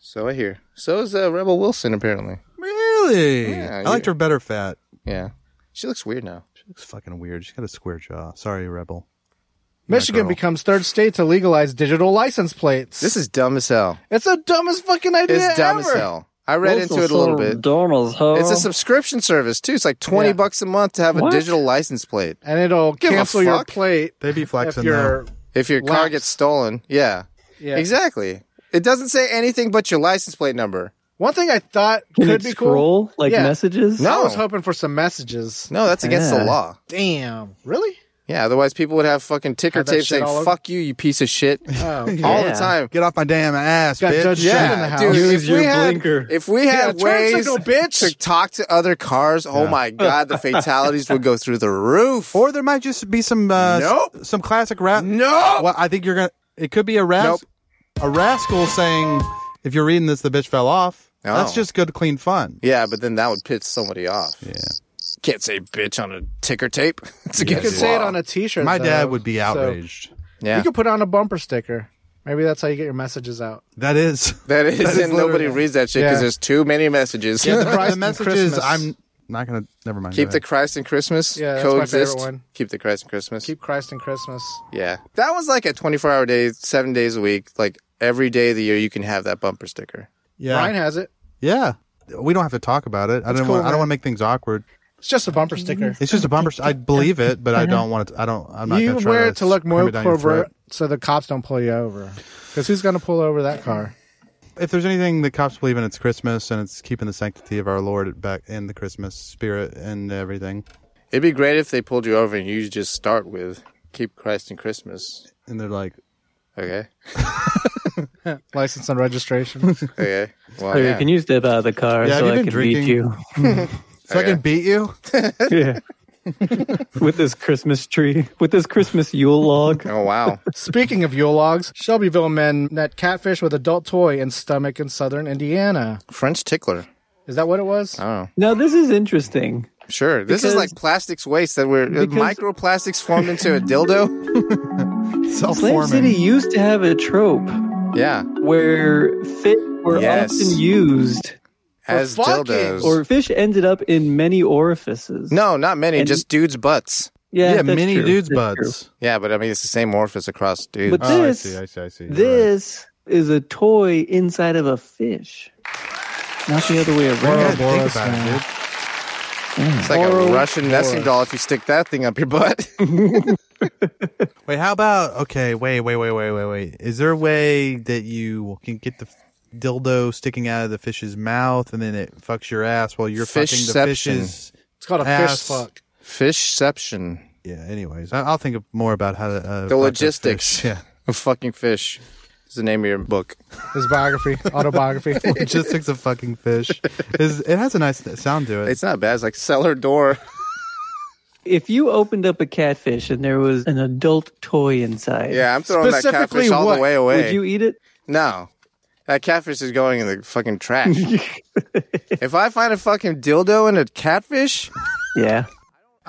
Speaker 2: So I hear. So is uh, Rebel Wilson apparently.
Speaker 1: Really?
Speaker 2: Yeah,
Speaker 1: I
Speaker 2: you-
Speaker 1: liked her better fat.
Speaker 2: Yeah. She looks weird now.
Speaker 1: She looks fucking weird. She's got a square jaw. Sorry, Rebel.
Speaker 6: Michigan
Speaker 2: girl.
Speaker 6: becomes third state to legalize digital license plates.
Speaker 2: This is dumb as hell.
Speaker 6: it's the dumbest fucking idea
Speaker 2: It's dumb
Speaker 6: ever.
Speaker 2: as hell. I read into it a little bit.
Speaker 7: Donald's hoe.
Speaker 2: It's a subscription service too. It's like twenty
Speaker 6: Yeah.
Speaker 2: bucks a month to have
Speaker 7: What?
Speaker 2: a digital license plate.
Speaker 6: And it'll
Speaker 2: Give a
Speaker 6: cancel your
Speaker 2: fuck.
Speaker 6: plate
Speaker 1: They be
Speaker 6: if
Speaker 1: flexing though.
Speaker 6: you're
Speaker 2: If your car
Speaker 6: Laps.
Speaker 2: gets stolen, yeah.
Speaker 6: yeah.
Speaker 2: exactly. It doesn't say anything but your license plate number.
Speaker 6: One thing I thought
Speaker 7: Can
Speaker 6: could
Speaker 7: it
Speaker 6: be
Speaker 7: scroll like
Speaker 6: Yeah.
Speaker 7: messages?
Speaker 6: cool.
Speaker 2: No.
Speaker 6: I was hoping for some messages.
Speaker 2: No, that's against the
Speaker 7: Yeah.
Speaker 2: law.
Speaker 6: Damn, really?
Speaker 2: Yeah, otherwise people would have fucking ticker
Speaker 6: Have that
Speaker 2: tape
Speaker 6: shit all
Speaker 2: saying
Speaker 6: over-
Speaker 2: "fuck you, you piece of shit"
Speaker 6: Oh, okay.
Speaker 2: all the
Speaker 7: Yeah.
Speaker 2: time.
Speaker 1: Get off my damn ass,
Speaker 6: Got
Speaker 1: bitch.
Speaker 6: judged
Speaker 1: yeah.
Speaker 6: shit in the house.
Speaker 2: dude.
Speaker 7: Use
Speaker 2: if
Speaker 7: your
Speaker 2: we had,
Speaker 7: blinker.
Speaker 2: If we
Speaker 6: Yeah,
Speaker 2: had
Speaker 6: turn
Speaker 2: ways
Speaker 6: signal, bitch.
Speaker 2: to talk to other cars, oh my god, the fatalities would go through the roof.
Speaker 1: Or there might just be some uh, s-
Speaker 2: Nope.
Speaker 1: some classic rap.
Speaker 2: no,
Speaker 1: Well, I think you're gonna. It could be a ras- a rascal saying, "If you're reading this, the bitch fell off."
Speaker 2: No.
Speaker 1: That's just good, clean fun.
Speaker 2: yeah, but then that would piss somebody off.
Speaker 1: Yeah.
Speaker 2: Can't say bitch on a ticker tape. It's
Speaker 6: you
Speaker 2: against
Speaker 6: could say it
Speaker 2: law.
Speaker 6: on a T-shirt.
Speaker 1: My
Speaker 6: though,
Speaker 1: dad would be
Speaker 6: so-
Speaker 1: outraged.
Speaker 2: yeah.
Speaker 6: You could put on a bumper sticker. Maybe that's how you get your messages out.
Speaker 1: That is.
Speaker 2: that is,
Speaker 1: is
Speaker 2: and nobody reads that shit because
Speaker 6: Yeah.
Speaker 2: there's too many messages.
Speaker 1: Yeah, the,
Speaker 6: Christ
Speaker 1: the
Speaker 6: and
Speaker 1: message is
Speaker 6: Christmas.
Speaker 1: I'm not gonna. Never mind.
Speaker 2: Keep
Speaker 1: go
Speaker 2: the
Speaker 1: ahead.
Speaker 2: Christ and Christmas
Speaker 6: Yeah, that's my favorite
Speaker 2: coexist.
Speaker 6: one.
Speaker 2: Keep the Christ and Christmas.
Speaker 6: Keep Christ and Christmas.
Speaker 2: yeah, that was like a 24 hour day, seven days a week, like every day of the year. You can have that bumper sticker.
Speaker 1: yeah
Speaker 6: Ryan has it.
Speaker 1: yeah. We don't have to talk about it. I don't.
Speaker 6: cool,
Speaker 1: want, I don't
Speaker 6: man.
Speaker 1: want to make things awkward.
Speaker 6: It's just a bumper sticker.
Speaker 1: It's just a bumper. I believe it, but I don't want it. I don't. I'm not.
Speaker 6: Mm-hmm. You
Speaker 1: gonna try
Speaker 6: wear it to look
Speaker 1: cram
Speaker 6: more
Speaker 1: it down your
Speaker 6: covert,
Speaker 1: throat.
Speaker 6: so the cops don't pull you over. Because who's going to pull over that car?
Speaker 1: If there's anything the cops believe in, it's Christmas and it's keeping the sanctity of our Lord back in the Christmas spirit and everything.
Speaker 2: It'd be great if they pulled you over and you just start with "Keep Christ and Christmas."
Speaker 1: And they're like,
Speaker 2: Okay.
Speaker 6: License and registration.
Speaker 2: Okay. Well,
Speaker 7: Or
Speaker 2: yeah.
Speaker 7: Can you step out of the car
Speaker 1: Yeah, have
Speaker 7: so
Speaker 1: you
Speaker 7: I
Speaker 1: been
Speaker 7: can
Speaker 1: drinking?
Speaker 7: beat you?
Speaker 1: so I
Speaker 2: Okay.
Speaker 1: can beat you.
Speaker 7: yeah. with this Christmas tree, with this Christmas Yule log.
Speaker 2: oh wow.
Speaker 6: Speaking of Yule logs, Shelbyville men net catfish with adult toy in stomach in southern Indiana.
Speaker 2: French tickler.
Speaker 1: Uh,
Speaker 6: Is that what it was?
Speaker 2: Oh.
Speaker 7: Now this is interesting.
Speaker 2: Sure. This is
Speaker 7: Because-
Speaker 2: like plastics waste that we're uh,
Speaker 7: Because-
Speaker 2: microplastics formed into a dildo.
Speaker 7: Slam City used to have a trope
Speaker 2: Yeah.
Speaker 7: where fish were
Speaker 2: Yes.
Speaker 7: often used,
Speaker 2: As
Speaker 6: fucking-
Speaker 2: dildos.
Speaker 7: or fish ended up in many orifices.
Speaker 2: no, not many,
Speaker 7: And-
Speaker 2: just dudes' butts.
Speaker 1: Yeah,
Speaker 7: that's
Speaker 1: mini
Speaker 7: true.
Speaker 1: dudes
Speaker 7: That's
Speaker 1: butts.
Speaker 2: Yeah, but I mean it's the same orifice across dudes.
Speaker 7: But
Speaker 1: Oh, I
Speaker 7: This-
Speaker 1: see. I see. I see.
Speaker 7: true. This is a toy inside of a fish, not the other way
Speaker 1: You're
Speaker 7: around.
Speaker 1: right. You gotta
Speaker 6: Ouroboros,
Speaker 1: think about it,
Speaker 6: man.
Speaker 1: dude.
Speaker 2: it's like a Russian nesting doll if you stick that thing up your butt.
Speaker 1: Wait, how about okay? Wait, wait, wait, wait, wait, wait. Is there a way that you can get the dildo sticking out of the fish's mouth and then it fucks your ass while you're fucking the
Speaker 2: Fishception.
Speaker 1: fish's?
Speaker 6: It's called a
Speaker 1: Ass.
Speaker 6: fish fuck.
Speaker 2: Fishception.
Speaker 1: Yeah. Anyways, I- I'll think of more about how to uh, fuck a
Speaker 2: The logistics
Speaker 1: fish. Yeah.
Speaker 2: of fucking fish is the name of your book.
Speaker 6: His biography, autobiography.
Speaker 1: logistics of fucking fish. Is it has a nice sound to it?
Speaker 2: It's not bad. It's like cellar door.
Speaker 7: If you opened up a catfish and there was an adult toy inside,
Speaker 2: Yeah, I'm throwing that
Speaker 6: Specifically
Speaker 2: catfish all
Speaker 6: what?
Speaker 2: the way away.
Speaker 7: would you eat it?
Speaker 2: No. That catfish is going in the fucking trash. if I find a fucking dildo and a catfish,
Speaker 7: Yeah.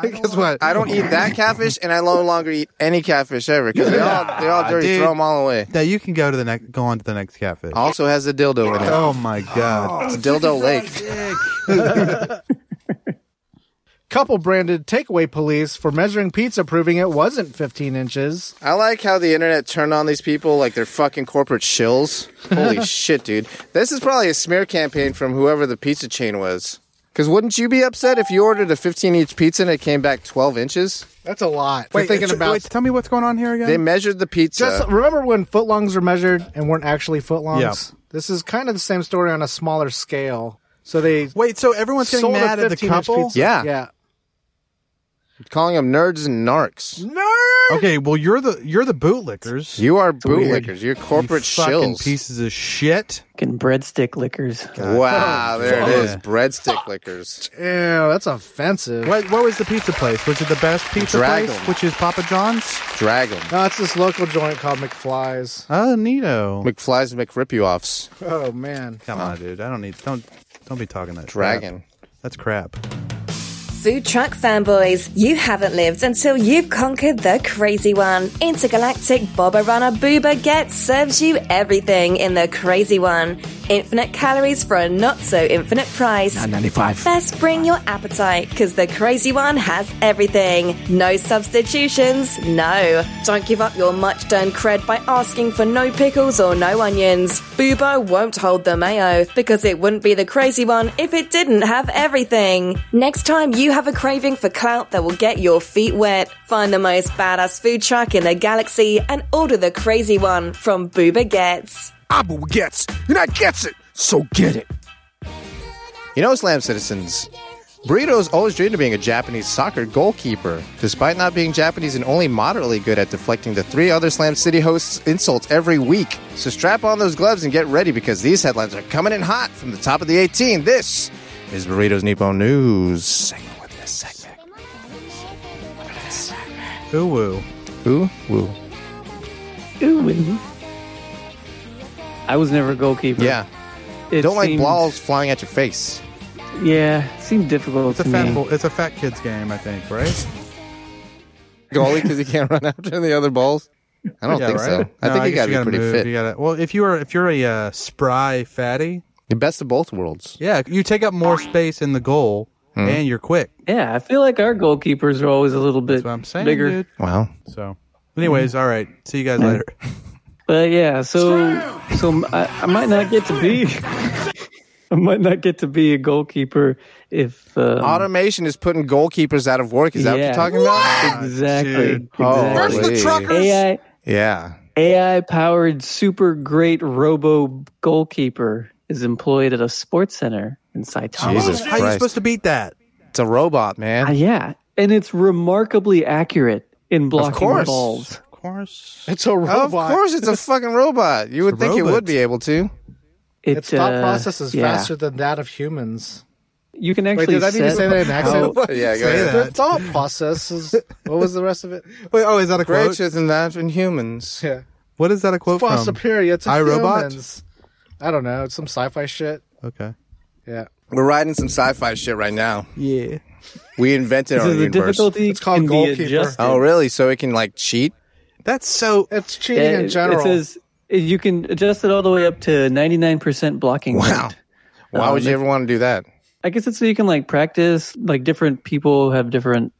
Speaker 1: Guess what?
Speaker 2: I don't eat that catfish, and I no longer eat any catfish ever because they're all they're all dirty.
Speaker 1: dude.
Speaker 2: Throw them all away.
Speaker 1: Now you can go to the next. Go on to the next catfish.
Speaker 2: Also has a dildo in it.
Speaker 1: Oh my god!
Speaker 2: It's a dildo lake.
Speaker 6: Couple branded takeaway police for measuring pizza, proving it wasn't 15 inches.
Speaker 2: I like how the internet turned on these people like they're fucking corporate shills. Holy shit, dude! This is probably a smear campaign from whoever the pizza chain was. Because wouldn't you be upset if you ordered a 15 inch pizza and it came back 12 inches?
Speaker 6: That's a lot. Wait, thinking
Speaker 1: uh,
Speaker 6: about
Speaker 1: wait, tell me what's going on here again.
Speaker 2: They measured the pizza.
Speaker 6: just remember when footlongs were measured and weren't actually footlongs.
Speaker 1: Yeah.
Speaker 6: This is kind of the same story on a smaller scale. So they
Speaker 1: wait, so everyone's getting
Speaker 6: sold a
Speaker 1: mad at the
Speaker 6: 15 inch
Speaker 1: couple?
Speaker 6: pizza.
Speaker 2: Yeah.
Speaker 6: yeah.
Speaker 2: calling them nerds and narcs.
Speaker 1: Okay, well you're the you're the bootlickers.
Speaker 2: You are
Speaker 7: weird.
Speaker 2: bootlickers. You're
Speaker 1: You
Speaker 2: corporate
Speaker 1: fucking
Speaker 2: shills.
Speaker 1: pieces of shit.
Speaker 7: Fucking breadstick lickers.
Speaker 2: Wow, there it is.
Speaker 1: Yeah.
Speaker 2: Breadstick lickers.
Speaker 6: Ew, that's offensive.
Speaker 1: What, what was the pizza place? Was it the best pizza
Speaker 2: Dragon.
Speaker 1: place? Which is Papa John's?
Speaker 2: Drag 'em.
Speaker 6: No, it's this local joint called McFly's.
Speaker 1: Oh, neato.
Speaker 2: McFly's McRip you offs.
Speaker 6: Oh man.
Speaker 1: Come on, dude. I don't need. Don't don't be talking that.
Speaker 2: Dragon.
Speaker 1: Crap. That's crap.
Speaker 5: Food truck fanboys, you haven't lived until you've conquered the crazy one. Intergalactic Boba Rana Booba Get serves you everything in the crazy one. Infinite calories for a not so infinite price. Best bring your appetite, because the crazy one has everything. No substitutions, no. Don't give up your much done cred by asking for no pickles or no onions. Boobo won't hold the mayo, because it wouldn't be the crazy one if it didn't have everything. Next time you have a craving for clout that will get your feet wet, find the most badass food truck in the galaxy and order the crazy one from Booba Gets.
Speaker 8: Abu gets. And I gets it. So get it.
Speaker 2: You know, Slam Citizens, Burritos always dreamed of being a Japanese soccer goalkeeper, despite not being Japanese and only moderately good at deflecting the three other Slam City hosts' insults every week. So strap on those gloves and get ready because these headlines are coming in hot from the top of the 18. This is Burritos Nippon News. Segment with this segment.
Speaker 1: Ooh woo.
Speaker 2: Ooh, woo.
Speaker 7: Ooh, and- I was never a goalkeeper.
Speaker 2: Yeah.
Speaker 7: It
Speaker 2: Don't like
Speaker 7: seemed-
Speaker 2: balls flying at your face.
Speaker 7: Yeah, it seemed difficult
Speaker 1: It's a
Speaker 7: to
Speaker 1: fat.
Speaker 7: me.
Speaker 1: bo- It's a fat kids game, I think. Right?
Speaker 2: goalie because he can't run after the other balls? I don't
Speaker 1: Yeah,
Speaker 2: think
Speaker 1: right?
Speaker 2: so. I
Speaker 1: No,
Speaker 2: think you
Speaker 1: guess
Speaker 2: got to be
Speaker 1: gotta
Speaker 2: pretty
Speaker 1: move.
Speaker 2: fit.
Speaker 1: You gotta. Well, if you are if you're a uh, spry fatty,
Speaker 2: The best of both worlds.
Speaker 1: yeah, you take up more space in the goal
Speaker 2: Hmm.
Speaker 1: and you're quick.
Speaker 7: Yeah, I feel like our goalkeepers are always a little bit
Speaker 1: That's what I'm saying,
Speaker 7: bigger.
Speaker 1: dude.
Speaker 2: Wow.
Speaker 1: So, anyways, all right. See you guys
Speaker 2: Hmm.
Speaker 1: later.
Speaker 7: But yeah, so so m- I, I might not get to be I might not get to be a goalkeeper if um,
Speaker 2: Automation is putting goalkeepers out of work. Is that
Speaker 7: Yeah.
Speaker 2: what you're talking about?
Speaker 7: exactly
Speaker 1: Dude.
Speaker 2: Where's
Speaker 7: exactly
Speaker 2: the trucker?
Speaker 7: AI
Speaker 2: Yeah.
Speaker 7: AI powered super great robo goalkeeper is employed at a sports center in Saitama.
Speaker 2: Jesus
Speaker 1: How are you
Speaker 2: Christ.
Speaker 1: supposed to beat that?
Speaker 2: It's a robot,
Speaker 7: Uh,
Speaker 2: man.
Speaker 7: yeah, and it's remarkably accurate in blocking
Speaker 2: course.
Speaker 7: balls.
Speaker 1: Of course.
Speaker 6: It's a
Speaker 2: Of
Speaker 6: robot.
Speaker 2: course, it's a fucking robot. You would
Speaker 1: a
Speaker 2: think it
Speaker 1: robot.
Speaker 2: would be able to.
Speaker 7: It,
Speaker 6: Its thought
Speaker 7: uh,
Speaker 6: process is
Speaker 7: yeah.
Speaker 6: faster than that of humans.
Speaker 7: You can actually
Speaker 6: Wait, did I need to
Speaker 7: set
Speaker 6: say that in an accent?
Speaker 7: how-
Speaker 2: Yeah, go
Speaker 1: Say
Speaker 2: ahead.
Speaker 1: that.
Speaker 6: Their thought process is. What was the rest of it?
Speaker 1: Wait, oh, is that a quote?
Speaker 2: Greater than that in humans.
Speaker 6: Yeah.
Speaker 1: What is that a quote
Speaker 6: Far
Speaker 1: from?
Speaker 6: superior to
Speaker 1: I, Robot?
Speaker 6: humans. I don't know. It's some sci-fi shit.
Speaker 1: Okay.
Speaker 6: Yeah.
Speaker 2: We're riding some sci-fi shit right now.
Speaker 1: Yeah.
Speaker 2: We invented our
Speaker 7: So the
Speaker 2: universe.
Speaker 7: difficulty
Speaker 6: It's called
Speaker 7: can
Speaker 6: goalkeeper.
Speaker 7: be adjusted.
Speaker 2: Oh, really? So it can like cheat?
Speaker 1: That's so.
Speaker 6: It's
Speaker 7: Yeah,
Speaker 6: cheating in
Speaker 7: Uh, it-
Speaker 6: general.
Speaker 7: It says you can adjust it all the way up to ninety nine percent blocking.
Speaker 2: Wow.
Speaker 7: rate.
Speaker 2: Why would you ever want to do that?
Speaker 7: I guess it's so you can like practice. Like different people have different.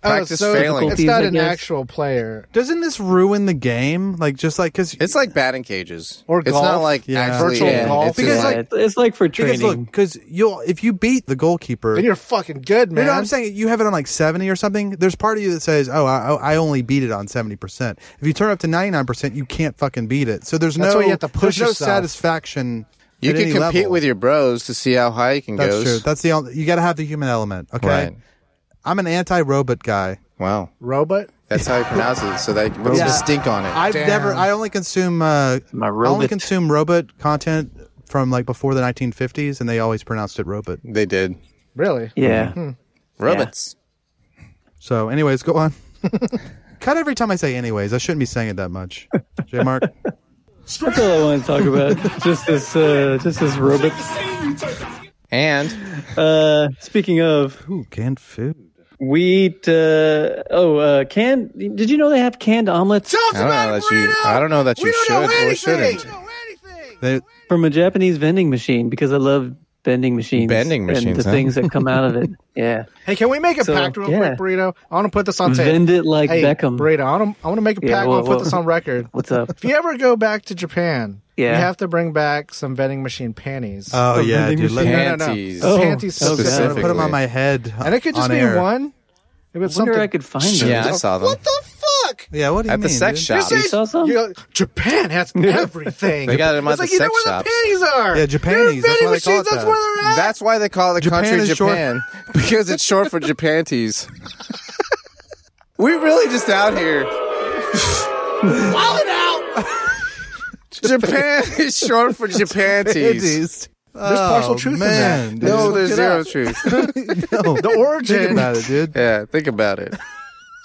Speaker 2: Practice
Speaker 6: Oh, so
Speaker 2: failing.
Speaker 6: It's not
Speaker 7: I
Speaker 6: an
Speaker 7: guess.
Speaker 6: actual player.
Speaker 1: Doesn't this ruin the game? Like just like because
Speaker 2: It's like batting cages.
Speaker 6: Or
Speaker 2: it's not
Speaker 6: golf.
Speaker 2: like
Speaker 1: Yeah.
Speaker 2: actually
Speaker 6: Virtual
Speaker 2: in.
Speaker 6: golf.
Speaker 2: It's
Speaker 1: Because,
Speaker 2: just
Speaker 7: Yeah,
Speaker 2: like,
Speaker 1: like-
Speaker 7: it's, it's like for training.
Speaker 1: because look because you'll if you beat the goalkeeper.
Speaker 6: Then you're fucking good,
Speaker 1: You
Speaker 6: man.
Speaker 1: know what I'm saying? You have it on like 70 or something. There's part of you that says, oh, I, I only beat it on 70%. If you turn up to 99%, you can't fucking beat it. So there's
Speaker 6: That's
Speaker 1: no,
Speaker 6: why you have to push
Speaker 1: there's no
Speaker 6: yourself.
Speaker 1: satisfaction.
Speaker 2: you
Speaker 1: at
Speaker 2: can
Speaker 1: any
Speaker 2: compete
Speaker 1: level.
Speaker 2: with your bros to see how high you can
Speaker 1: That's
Speaker 2: go.
Speaker 1: true. That's the only, you got to have the human element. Okay.
Speaker 2: right.
Speaker 1: I'm an anti robot guy.
Speaker 2: Wow.
Speaker 6: Robot?
Speaker 2: That's how you pronounce it. So they what's
Speaker 1: Yeah.
Speaker 2: the stink on it?
Speaker 1: I've
Speaker 6: Damn.
Speaker 1: never, I only consume, uh,
Speaker 7: My
Speaker 1: I only
Speaker 7: robot.
Speaker 1: consume robot content from like before the 1950s and they always pronounced it robot.
Speaker 2: they did.
Speaker 6: Really?
Speaker 7: yeah,
Speaker 6: Hmm.
Speaker 2: Robots.
Speaker 1: So, anyways, go on. Cut every time I say anyways. I shouldn't be saying it that much. J Mark.
Speaker 7: that's all I want to talk about. just this, uh, just this robot.
Speaker 2: And
Speaker 7: Uh, speaking of,
Speaker 1: Ooh, canned food.
Speaker 7: we eat. Uh, oh, uh, canned. Did you know they have canned omelets
Speaker 2: I don't know that you I don't know that you should or shouldn't.
Speaker 1: They,
Speaker 7: from a Japanese vending machine? Because I love vending machines.
Speaker 2: Vending machines,
Speaker 7: and the
Speaker 2: huh?
Speaker 7: things that come out of it. Yeah,
Speaker 6: Hey, can we make a
Speaker 7: So,
Speaker 6: pact real
Speaker 7: yeah.
Speaker 6: quick, Burrito? I want to put this on tape.
Speaker 7: vend it like
Speaker 6: hey,
Speaker 7: Beckham.
Speaker 6: Burrito, I want to, I want to make a pact.
Speaker 7: Yeah,
Speaker 6: I
Speaker 7: well,
Speaker 6: want to put
Speaker 7: well.
Speaker 6: this on record.
Speaker 7: What's up?
Speaker 6: If you ever go back to Japan,
Speaker 7: Yeah.
Speaker 6: you have to bring back some vending machine panties.
Speaker 1: oh,
Speaker 7: A
Speaker 1: yeah,
Speaker 7: vending
Speaker 1: dude. Let
Speaker 7: machine.
Speaker 6: no, no, no.
Speaker 2: Panties.
Speaker 7: Oh,
Speaker 6: panties
Speaker 7: oh, God.
Speaker 1: I'm gonna
Speaker 6: specifically.
Speaker 1: put them on my head.
Speaker 6: And it could just
Speaker 1: on
Speaker 6: be
Speaker 1: air.
Speaker 6: one. If it's
Speaker 7: I wonder
Speaker 6: something.
Speaker 7: I could find them.
Speaker 2: Yeah, I saw them.
Speaker 6: What the fuck?
Speaker 1: Yeah, what do you
Speaker 2: At the
Speaker 1: mean,
Speaker 2: sex
Speaker 1: dude?
Speaker 2: shop.
Speaker 6: This is-
Speaker 7: saw some?
Speaker 6: you go, Japan has everything.
Speaker 2: They got 'em
Speaker 6: It's
Speaker 2: at the
Speaker 6: like, you know
Speaker 2: sex
Speaker 6: where
Speaker 2: shops.
Speaker 6: the panties are.
Speaker 1: Yeah,
Speaker 6: You know,
Speaker 1: Japanis. That's why
Speaker 6: vending
Speaker 1: they call it
Speaker 6: machines, that's
Speaker 1: that.
Speaker 6: where they're at.
Speaker 2: That's why they call the
Speaker 1: Japan
Speaker 2: country
Speaker 1: is short-
Speaker 2: Japan because it's short for Japanties. we really just out here. Japan is short for Japanties.
Speaker 1: Panties. There's
Speaker 6: partial truth in
Speaker 1: Oh, man,
Speaker 6: that.
Speaker 2: No, there's
Speaker 6: Just look
Speaker 2: zero truth.
Speaker 1: dude. no.
Speaker 6: The
Speaker 1: Think
Speaker 6: origin.
Speaker 1: about it, dude.
Speaker 2: Yeah, think about it.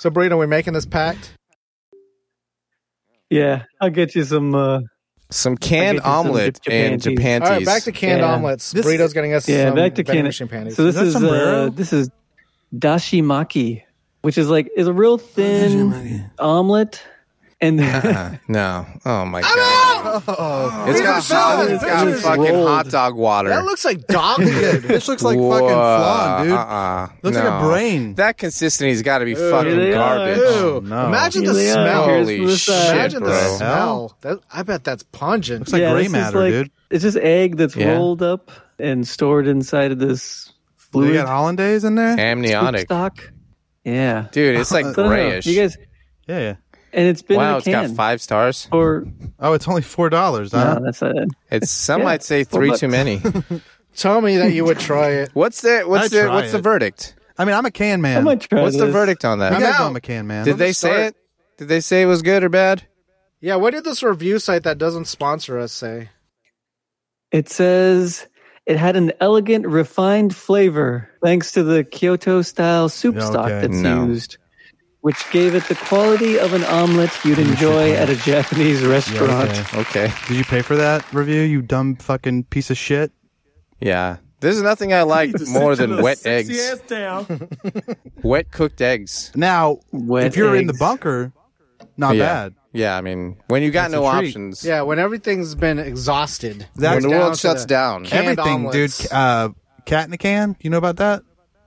Speaker 6: So, Burrito, we're making this pact.
Speaker 7: Yeah, I'll get you some. Uh,
Speaker 2: Some canned
Speaker 7: I'll get you some
Speaker 2: omelet and
Speaker 7: Japanties.
Speaker 2: Japanties.
Speaker 6: All right, back to canned
Speaker 7: Yeah.
Speaker 6: omelets.
Speaker 1: This-
Speaker 6: Burrito's getting us
Speaker 7: yeah,
Speaker 6: some
Speaker 7: back to
Speaker 6: vending
Speaker 7: can.
Speaker 6: machine panties.
Speaker 7: So this
Speaker 1: Is that
Speaker 7: is,
Speaker 1: sombrero?
Speaker 7: uh, this is dashimaki, which is like is a real thin omelet, and
Speaker 2: Uh, no. Oh my god.
Speaker 6: Oh.
Speaker 2: It's got hot, it's got
Speaker 7: It's
Speaker 2: fucking
Speaker 7: rolled.
Speaker 2: hot dog water.
Speaker 6: that looks like dog
Speaker 1: Oh,
Speaker 6: food.
Speaker 1: This looks like
Speaker 2: Whoa,
Speaker 1: fucking flan, dude.
Speaker 2: Uh-uh.
Speaker 1: Looks like a
Speaker 2: No.
Speaker 1: brain.
Speaker 2: That consistency's got to be fucking
Speaker 7: they are.
Speaker 2: garbage.
Speaker 6: Ew.
Speaker 1: no.
Speaker 6: Imagine the
Speaker 7: Here they are.
Speaker 6: smell.
Speaker 7: Here's uh,
Speaker 2: Holy
Speaker 7: from the side.
Speaker 2: shit,
Speaker 6: Imagine
Speaker 2: bro.
Speaker 6: the smell. That, I bet that's pungent.
Speaker 1: Looks like
Speaker 7: yeah,
Speaker 1: gray
Speaker 7: this is
Speaker 1: matter,
Speaker 7: like-
Speaker 1: dude.
Speaker 7: It's just egg that's
Speaker 2: Yeah.
Speaker 7: rolled up and stored inside of this
Speaker 1: You
Speaker 7: fluid
Speaker 1: got hollandaise in there?
Speaker 2: Amniotic.
Speaker 7: stock. Yeah,
Speaker 2: Dude, it's like
Speaker 7: So, no, no,
Speaker 2: grayish.
Speaker 7: You guys,
Speaker 1: Yeah, yeah.
Speaker 7: and it's been
Speaker 2: wow,
Speaker 7: in a
Speaker 2: it's
Speaker 7: can
Speaker 2: got five stars.
Speaker 7: for
Speaker 1: Oh, it's only four dollars, huh?
Speaker 7: no, that's not it.
Speaker 2: It's some
Speaker 7: Yeah.
Speaker 2: might say
Speaker 7: Well,
Speaker 2: three
Speaker 7: look.
Speaker 2: too many.
Speaker 6: Tell me that you would try it.
Speaker 2: What's the
Speaker 1: I'd
Speaker 2: what's the
Speaker 1: try
Speaker 2: what's the
Speaker 1: it.
Speaker 2: verdict?
Speaker 1: I mean, I'm a can man.
Speaker 7: I might try
Speaker 2: What's the
Speaker 7: this.
Speaker 2: verdict on
Speaker 1: You
Speaker 2: that?
Speaker 1: guys know
Speaker 6: out.
Speaker 1: I'm a can man.
Speaker 2: Did they say it? Did they say it was good or bad?
Speaker 6: Yeah, what did this review site that doesn't sponsor us say?
Speaker 7: It says it had an elegant, refined flavor thanks to the Kyoto style soup
Speaker 1: Okay.
Speaker 7: stock that's
Speaker 2: No.
Speaker 7: used, which gave it the quality of an omelet you'd enjoy at a Japanese restaurant.
Speaker 1: Okay.
Speaker 2: Okay.
Speaker 1: Did you pay for that review, you dumb fucking piece of shit?
Speaker 2: Yeah. There's nothing I like more than wet eggs.
Speaker 3: down.
Speaker 2: Wet cooked eggs.
Speaker 1: Now,
Speaker 7: Wet
Speaker 1: if you're in the
Speaker 7: eggs.
Speaker 1: bunker, not
Speaker 2: yeah.
Speaker 1: bad.
Speaker 2: Yeah, I mean, when you got
Speaker 1: That's a
Speaker 2: no
Speaker 1: treat.
Speaker 2: options.
Speaker 6: Yeah, when everything's been exhausted.
Speaker 1: That-
Speaker 2: When the
Speaker 6: Down
Speaker 2: world
Speaker 6: to
Speaker 2: shuts
Speaker 6: the-
Speaker 2: down.
Speaker 6: Canned
Speaker 1: Everything,
Speaker 6: omelets.
Speaker 1: dude. Uh, cat in a can. You know about that?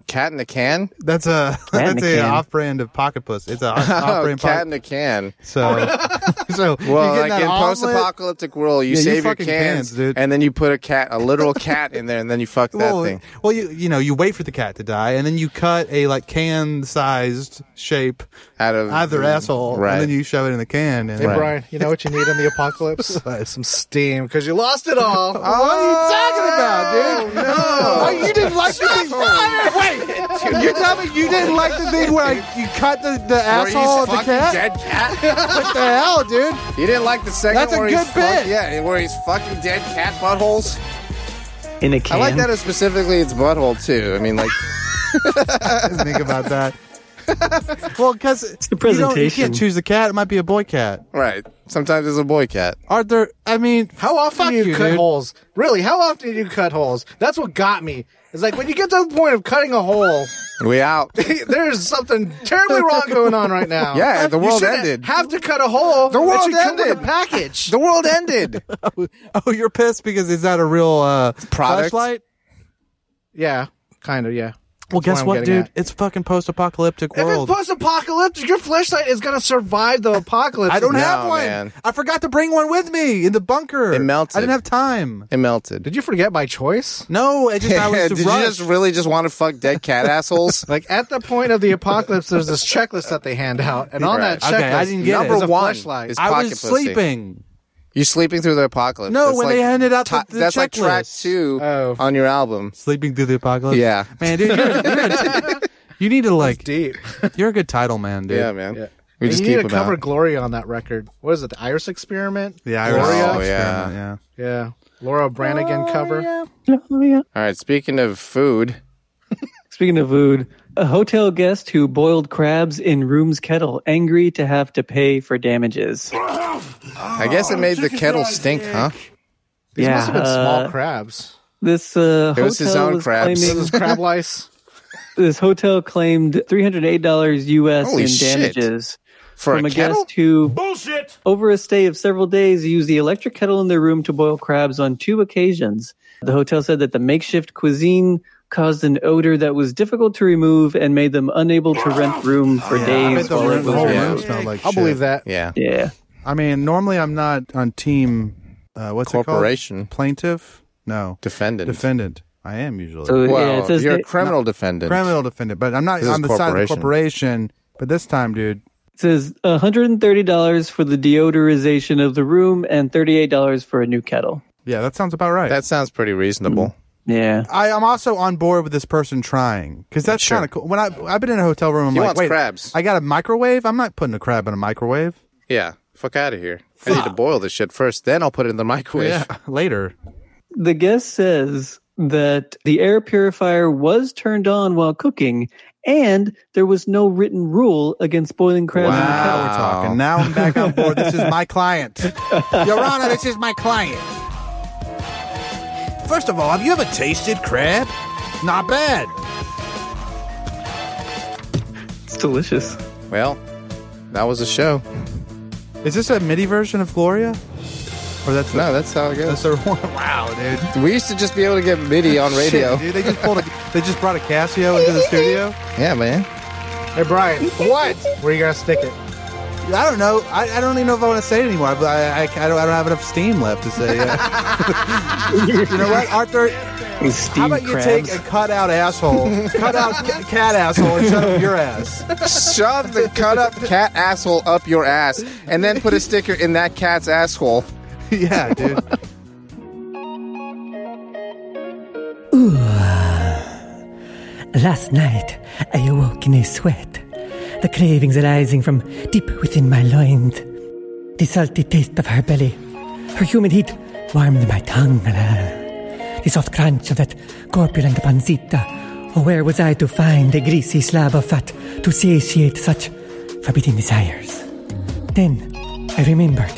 Speaker 2: Cat in a can?
Speaker 1: That's a
Speaker 7: Cat in
Speaker 1: that's
Speaker 7: a
Speaker 1: a
Speaker 7: can.
Speaker 1: off brand of pocket puss. It's a off
Speaker 2: Oh,
Speaker 1: brand
Speaker 2: cat
Speaker 1: pocket.
Speaker 2: in a can.
Speaker 1: So so you
Speaker 2: Well,
Speaker 1: get
Speaker 2: like
Speaker 1: that
Speaker 2: in
Speaker 1: omelet-
Speaker 2: post-apocalyptic world, you
Speaker 1: Yeah, you
Speaker 2: save your
Speaker 1: fucking
Speaker 2: cans,
Speaker 1: cans, dude.
Speaker 2: and then you put a cat, a literal cat, in there, and then you fuck that
Speaker 1: Well,
Speaker 2: thing.
Speaker 1: well, you you know you wait for the cat to die, and then you cut a like can sized shape
Speaker 2: Out of
Speaker 1: out of their asshole,
Speaker 2: right?
Speaker 1: and then you shove it in the can. And
Speaker 6: Hey,
Speaker 2: Right.
Speaker 6: Brian, you know what you need in the apocalypse? Uh, Some steam, because you lost it all.
Speaker 1: What are you talking about, dude? Oh, you didn't like the thing. Wait, you tell me you didn't like the thing where I, you cut the, the
Speaker 2: Where he's
Speaker 1: asshole of the
Speaker 2: fucking
Speaker 1: cat?
Speaker 2: dead cat.
Speaker 1: What the hell, dude?
Speaker 2: you didn't like the second.
Speaker 1: That's a
Speaker 2: where
Speaker 1: good
Speaker 2: he's fuck-
Speaker 1: bit.
Speaker 2: yeah, where he's fucking dead cat buttholes.
Speaker 7: in a can.
Speaker 2: I like that as specifically its butthole too. I mean, like
Speaker 1: Didn't think about that. well, because
Speaker 7: the
Speaker 1: You, don't- you
Speaker 7: presentation.
Speaker 1: can't choose the cat. It might be a boy cat.
Speaker 2: right. Sometimes it's a boy cat.
Speaker 1: Arthur, I mean,
Speaker 6: How often
Speaker 1: Fuck
Speaker 6: do you,
Speaker 1: you,
Speaker 6: cut
Speaker 1: dude.
Speaker 6: holes? Really, how often do you cut holes? That's what got me. It's like when you get to the point of cutting a hole,
Speaker 2: We out.
Speaker 6: there's something terribly wrong going on right now.
Speaker 2: Yeah, the
Speaker 6: You
Speaker 2: world
Speaker 6: shouldn't
Speaker 2: ended.
Speaker 6: Have to cut a hole.
Speaker 2: The
Speaker 6: It
Speaker 2: world
Speaker 6: should come with a
Speaker 2: ended.
Speaker 6: package.
Speaker 2: The world ended.
Speaker 1: Oh, you're pissed because it's not a real uh,
Speaker 2: Product?
Speaker 1: flashlight.
Speaker 6: yeah, kind of. Yeah.
Speaker 1: Well,
Speaker 6: That's
Speaker 1: guess
Speaker 6: what I'm
Speaker 1: what,
Speaker 6: getting
Speaker 1: dude?
Speaker 6: at.
Speaker 1: It's fucking post-apocalyptic
Speaker 6: If it's
Speaker 1: world.
Speaker 6: post-apocalyptic, your flashlight is gonna survive the apocalypse.
Speaker 1: I don't
Speaker 2: No,
Speaker 1: have one.
Speaker 2: man.
Speaker 1: I forgot to bring one with me in the bunker.
Speaker 2: It melted.
Speaker 1: I didn't have time.
Speaker 2: It melted.
Speaker 6: Did you forget by choice?
Speaker 1: No, I just I was
Speaker 2: Did you just really just want to fuck dead cat assholes?
Speaker 6: Like at the point of the apocalypse, there's this checklist that they hand out, and on that
Speaker 1: Right.
Speaker 6: checklist,
Speaker 1: Okay, I didn't get it.
Speaker 6: there's a
Speaker 2: Number one
Speaker 6: flashlight.
Speaker 2: is-
Speaker 1: I
Speaker 2: pocket
Speaker 1: was
Speaker 2: pussy.
Speaker 1: sleeping.
Speaker 2: You're sleeping through the apocalypse.
Speaker 1: No, when they handed out the- the
Speaker 2: that's like track
Speaker 1: checklist.
Speaker 2: two
Speaker 6: Oh.
Speaker 2: on your album.
Speaker 1: Sleeping through the apocalypse.
Speaker 2: Yeah.
Speaker 1: man, dude, you're, you're a- you need to like.
Speaker 6: deep.
Speaker 1: You're a good title man, dude.
Speaker 2: Yeah, man.
Speaker 6: Yeah.
Speaker 2: We
Speaker 6: And
Speaker 2: just
Speaker 6: you need
Speaker 2: keep
Speaker 6: to
Speaker 2: them
Speaker 6: cover
Speaker 2: out.
Speaker 6: Glory on that record. What is it? The Iris Experiment.
Speaker 1: The Irish
Speaker 2: Oh,
Speaker 1: experiment,
Speaker 2: yeah.
Speaker 1: yeah.
Speaker 6: Yeah. Laura Branigan
Speaker 1: Oh,
Speaker 6: cover.
Speaker 2: All right. Speaking of food,
Speaker 7: Speaking of food, a hotel guest who boiled crabs in room's kettle, angry to have to pay for damages.
Speaker 2: I guess
Speaker 1: Oh,
Speaker 2: it made the kettle stink, huh?
Speaker 6: These
Speaker 7: yeah,
Speaker 6: must have been
Speaker 7: uh,
Speaker 6: small crabs.
Speaker 7: This uh,
Speaker 2: It was his
Speaker 7: hotel
Speaker 2: own
Speaker 7: was
Speaker 2: crabs.
Speaker 7: claiming-
Speaker 6: This is crab lice.
Speaker 7: this hotel claimed three hundred eight dollars U.S.
Speaker 2: Holy
Speaker 7: in
Speaker 2: shit.
Speaker 7: damages
Speaker 2: For
Speaker 7: from
Speaker 2: a
Speaker 7: a
Speaker 2: kettle?
Speaker 7: guest who,
Speaker 3: Bullshit.
Speaker 7: over a stay of several days, used the electric kettle in their room to boil crabs on two occasions. The hotel said that the makeshift cuisine caused an odor that was difficult to remove and made them unable to rent room for
Speaker 1: I
Speaker 7: days
Speaker 1: bet the
Speaker 7: while
Speaker 1: room-
Speaker 7: it
Speaker 1: the
Speaker 7: was
Speaker 1: whole
Speaker 2: Yeah.
Speaker 1: room
Speaker 7: removed.
Speaker 1: smelled like
Speaker 6: I'll
Speaker 1: shit.
Speaker 6: believe that.
Speaker 2: Yeah.
Speaker 7: Yeah.
Speaker 1: I mean, normally I'm not on team. Uh, what's it
Speaker 2: Corporation.
Speaker 1: called? Plaintiff? No.
Speaker 2: Defendant.
Speaker 1: Defendant. I am usually
Speaker 7: So yeah, it
Speaker 2: Well,
Speaker 7: says
Speaker 2: you're a
Speaker 7: that-
Speaker 2: criminal defendant.
Speaker 1: criminal defendant, but I'm not
Speaker 2: This is
Speaker 1: on the side of the
Speaker 2: corporation.
Speaker 1: corporation. But this time, dude,
Speaker 7: It says $130 for the deodorization of the room and $38 for a new kettle.
Speaker 1: yeah, that sounds about right.
Speaker 2: That sounds pretty reasonable.
Speaker 7: Yeah.
Speaker 1: I am also on board with this person trying because that's
Speaker 2: Sure.
Speaker 1: kind of cool. When I I've been in a hotel room, I'm
Speaker 2: He
Speaker 1: like,
Speaker 2: wants
Speaker 1: wait,
Speaker 2: crabs.
Speaker 1: I got a microwave. I'm not putting a crab in a microwave.
Speaker 2: Yeah. Fuck out of here. I need to boil this shit first, then I'll put it in the microwave.
Speaker 1: later.
Speaker 7: The guest says that the air purifier was turned on while cooking and there was no written rule against boiling crabs in the
Speaker 1: Now
Speaker 7: kettle.
Speaker 1: we're talking. Now I'm back on board. This is my client, Your Honor. This is my client. First of all, have you ever tasted crab? Not bad.
Speaker 7: It's delicious.
Speaker 2: Well, that was the show.
Speaker 1: Is this a MIDI version of Gloria? Or that's
Speaker 2: No, that's how it
Speaker 1: that's
Speaker 2: goes.
Speaker 1: their one. Wow, dude.
Speaker 2: We used to just be able to get MIDI on radio.
Speaker 1: Shit, dude, they just pulled. A, they just brought a Casio into the studio.
Speaker 2: yeah, man.
Speaker 6: Hey Brian, what? Where you gonna stick it?
Speaker 1: I don't know. I, I don't even know if I want to say it anymore. But I, I, I, don't, I don't have enough steam left to say it. you know what, Arthur? How
Speaker 7: Steamed
Speaker 1: about you
Speaker 7: crabs.
Speaker 1: take a cut out asshole, cut out ca- cat asshole, and shut up your ass?
Speaker 2: shove the cut up cat asshole up your ass and then put a sticker in that cat's asshole.
Speaker 1: yeah, dude.
Speaker 9: Last night, I awoke in a sweat, the cravings arising from deep within my loins. The salty taste of her belly, her humid heat warmed my tongue. The soft crunch of that corpulent pancita. Oh, where was I to find a greasy slab of fat to satiate such forbidding desires? Then I remembered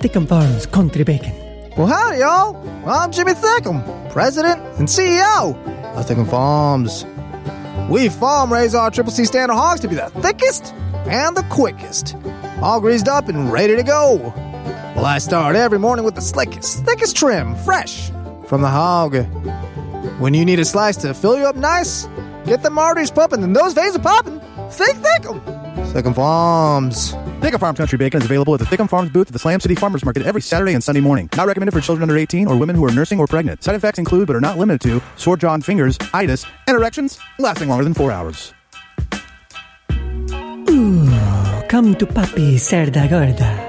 Speaker 9: Dickon Farms country bacon.
Speaker 10: Well, howdy, y'all. Well, I'm Jimmy Thickum, President and CEO of Thickum Farms. We farm raise our Triple C standard hogs to be the thickest and the quickest, all greased up and ready to go. Well, I start every morning with the slickest, thickest trim, fresh from the hog. When you need a slice to fill you up nice, get them arteries pumping and those veins are popping, thick Thickum. Thickum Farms.
Speaker 11: Thickum Farms Country Bacon is available at the Thickum Farms booth at the Slam City Farmers Market every Saturday and Sunday morning. Not recommended for children under 18 or women who are nursing or pregnant. Side effects include, but are not limited to, sore jaw and fingers, itis, and erections lasting longer than four hours.
Speaker 9: Come to Papi Cerda Gorda.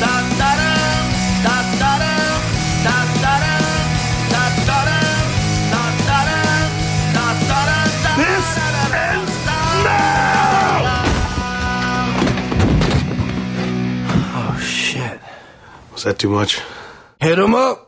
Speaker 3: Da-da-da, da-da-da, da-da-da, da-da-da, da-da-da.
Speaker 12: that too much.
Speaker 4: Hit him up.